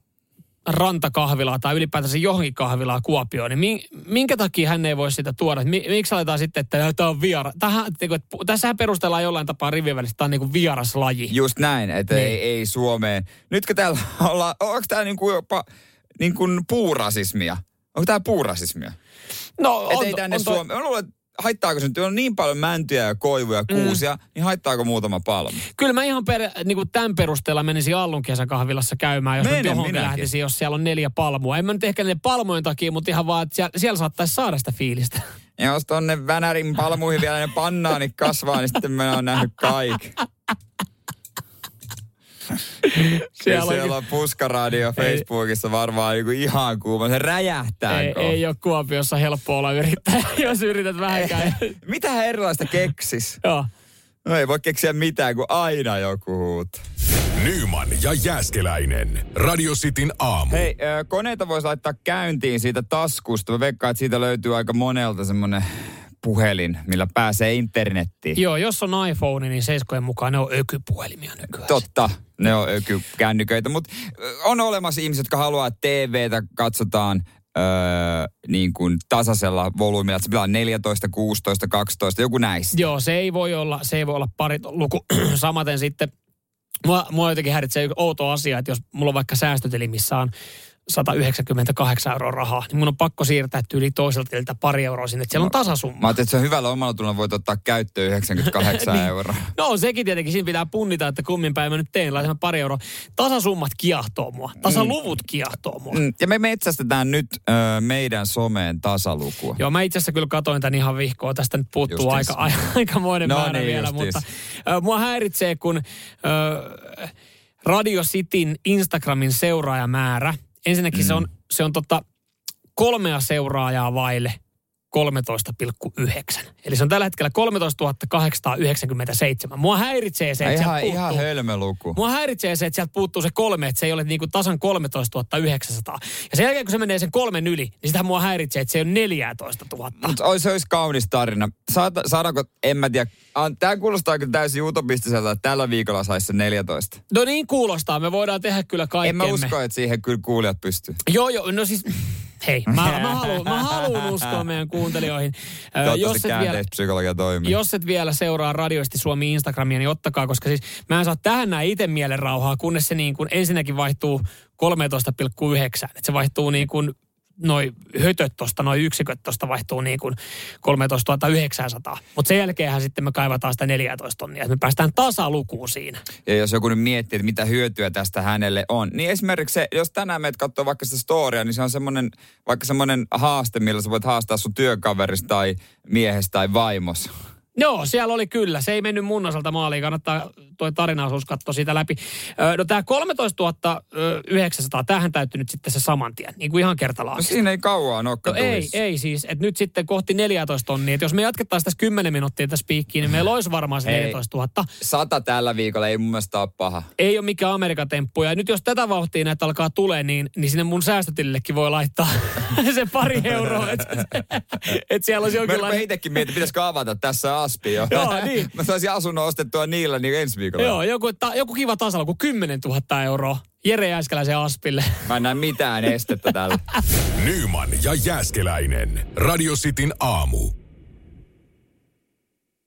Speaker 2: rantakahvilaa tai ylipäätänsä johonkin kahvilaa Kuopioon, niin mi- minkä takia hän ei voi sitä tuoda? Mi- miksi aletaan sitten, että tämä on viera? Tähän, niinku, et pu- tässähän perustellaan jollain tapaa rivien välissä, että tämä on niinku vieras laji.
Speaker 3: Just näin, että
Speaker 2: Niin.
Speaker 3: niin. ei, ei Suomeen. Nytkö täällä ollaan, onko tää niinku jopa niinku puurasismia? Onko tää puurasismia?
Speaker 2: No,
Speaker 3: Että ei tänne
Speaker 2: toi-
Speaker 3: Suomeen. Mä luulen, että haittaako se nyt, on niin paljon mäntyjä ja koivuja
Speaker 2: Mm.
Speaker 3: ja kuusia, niin haittaako muutama palmu?
Speaker 2: Kyllä mä ihan per, niinku tämän perusteella menisin Allun kesäkahvilassa käymään, jos
Speaker 3: Menen
Speaker 2: mä johonkin
Speaker 3: minäkin.
Speaker 2: lähtisin, jos siellä on neljä palmua. En mä nyt ehkä ne palmojen takia, mutta ihan vaan, että siellä, siellä saattaisi saada sitä fiilistä.
Speaker 3: Ja jos tonne Vänärin palmuihin vielä ne pannaanit kasvaa, niin sitten mä oon nähnyt kaikki. Siellä,
Speaker 2: on-
Speaker 3: siellä on puskaradio Facebookissa varmaan joku ihan kuuma. Se räjähtää.
Speaker 2: Ei,
Speaker 3: kohta.
Speaker 2: ei ole Kuopiossa helppo olla yrittää, jos yrität vähänkään.
Speaker 3: Mitähän erilaista keksis?
Speaker 2: Joo.
Speaker 3: No ei voi keksiä mitään, kun aina joku huutaa.
Speaker 1: Nyman ja Jääskeläinen. Radio Cityn aamu.
Speaker 3: Hei, ö, koneita voisi laittaa käyntiin siitä taskusta. Mä veikkaan, että siitä löytyy aika monelta semmonen puhelin, millä pääsee internettiin.
Speaker 2: Joo, jos on iPhone, niin seiskojen mukaan ne on ökypuhelimia nykyään.
Speaker 3: Totta, ne on ökykännyköitä, mutta on olemassa ihmiset, jotka haluaa, että TVtä katsotaan öö, niin kuin tasaisella volyymilla, että se pitää olla 14, 16, 12, joku näistä.
Speaker 2: Joo, se ei voi olla, se ei voi olla parit luku. Samaten sitten, mua, mua jotenkin häiritsee yksi outo asia, että jos mulla on vaikka säästötili, missä on 198 euroa rahaa, niin mun on pakko siirtää yli toiselta tililtä pari euroa sinne, että siellä on tasasumma.
Speaker 3: Mä ajattelin, että se on hyvällä omalla tunnolla voit ottaa käyttöön 98 euroa.
Speaker 2: No sekin tietenkin, siinä pitää punnita, että kummin päin mä nyt teen, laitan pari euroa. Tasasummat kiehtoo mua, tasaluvut kiehtoo mua.
Speaker 3: Mm, Ja me metsästetään nyt öö, meidän someen tasalukua.
Speaker 2: Joo, mä itse asiassa kyllä katoin tämän ihan vihkoa. Tästä nyt puuttuu
Speaker 3: Justiinsa.
Speaker 2: aika, aika, aikamoinen
Speaker 3: No
Speaker 2: määrä
Speaker 3: niin,
Speaker 2: vielä,
Speaker 3: justiinsa.
Speaker 2: mutta ö, mua häiritsee, kun ö, Radio Cityn Instagramin seuraajamäärä, ensinnäkin mm. se on, se on tota, kolmea seuraajaa vaille 13,9. Eli se on tällä hetkellä 13 897. Mua häiritsee se, että
Speaker 3: ihan,
Speaker 2: sieltä
Speaker 3: ihan
Speaker 2: puuttuu-
Speaker 3: hölmö luku.
Speaker 2: Mua häiritsee se, että sieltä puuttuu se kolme, että se ei ole niinku tasan 13 900. Ja sen jälkeen, kun se menee sen kolmen yli, niin sitä mua häiritsee, että se ei ole 14 000.
Speaker 3: Mutta ois, se olisi kaunis tarina. Saata, saadaanko, en mä tiedä. Tämä kuulostaa kyllä täysin utopistiselta, että tällä viikolla saisi sen 14.
Speaker 2: No niin kuulostaa, me voidaan tehdä kyllä
Speaker 3: En mä
Speaker 2: kaikkemme.
Speaker 3: usko, että siihen kyllä kuulijat pystyy.
Speaker 2: Joo, joo, no siis... Hei, mä, mä, haluun, mä haluun uskoa meidän kuuntelijoihin. Ö,
Speaker 3: Toivottavasti
Speaker 2: et vielä,
Speaker 3: käänteispsykologia toimii.
Speaker 2: jos et vielä seuraa radioisti Suomi Instagramia, niin ottakaa, koska siis mä en saa tähän näin itse mielen rauhaa, kunnes se niin kuin ensinnäkin vaihtuu 13,9. Että se vaihtuu niin kuin noin hötöt tosta, noin yksiköt tosta vaihtuu niin kuin 13 900. Mutta sen jälkeenhän sitten me kaivataan sitä 14 tonnia, että me päästään tasalukuun siinä.
Speaker 3: Ja jos joku nyt miettii, että mitä hyötyä tästä hänelle on, niin esimerkiksi se, jos tänään meet katsoa vaikka sitä storia, niin se on semmoinen, vaikka semmoinen haaste, millä sä voit haastaa sun työkaverista tai miehestä tai vaimos.
Speaker 2: Joo, siellä oli kyllä. Se ei mennyt mun osalta maaliin. Kannattaa toi tarinaosuus katsoa siitä läpi. Ö, No tämä 13 900, tämähän täytyy nyt sitten se saman tien. Niin kuin ihan
Speaker 3: No
Speaker 2: kertalaakin.
Speaker 3: siinä ei kauaa nokka
Speaker 2: No ei,
Speaker 3: tulissa.
Speaker 2: ei siis. Et nyt sitten kohti 14 tonnia. Et jos me jatkettaisiin tässä 10 minuuttia tässä piikkiin, niin
Speaker 3: Mm.
Speaker 2: meillä olisi varmaan se
Speaker 3: Hei.
Speaker 2: 14 000.
Speaker 3: Sata tällä viikolla ei mun mielestä ole paha.
Speaker 2: Ei ole mikään Amerikan temppu. Ja nyt jos tätä vauhtia näitä alkaa tulee, niin, niin sinne mun säästötilillekin voi laittaa se pari euroa. Että et siellä olisi
Speaker 3: Mä rupean
Speaker 2: jonkinlainen...
Speaker 3: itsekin miettimään, pitäisikö avata tässä aspi jo.
Speaker 2: niin. Joo, niin.
Speaker 3: Mä saisin asunnon ostettua niillä niin ensi viikolla.
Speaker 2: Joo, joku, ta, joku kiva tasaluku, 10 000 euroa. Jere Jääskeläisen Aspille.
Speaker 3: Mä en näe mitään estettä tällä.
Speaker 1: Nyman ja Jääskeläinen. Radio Cityn aamu.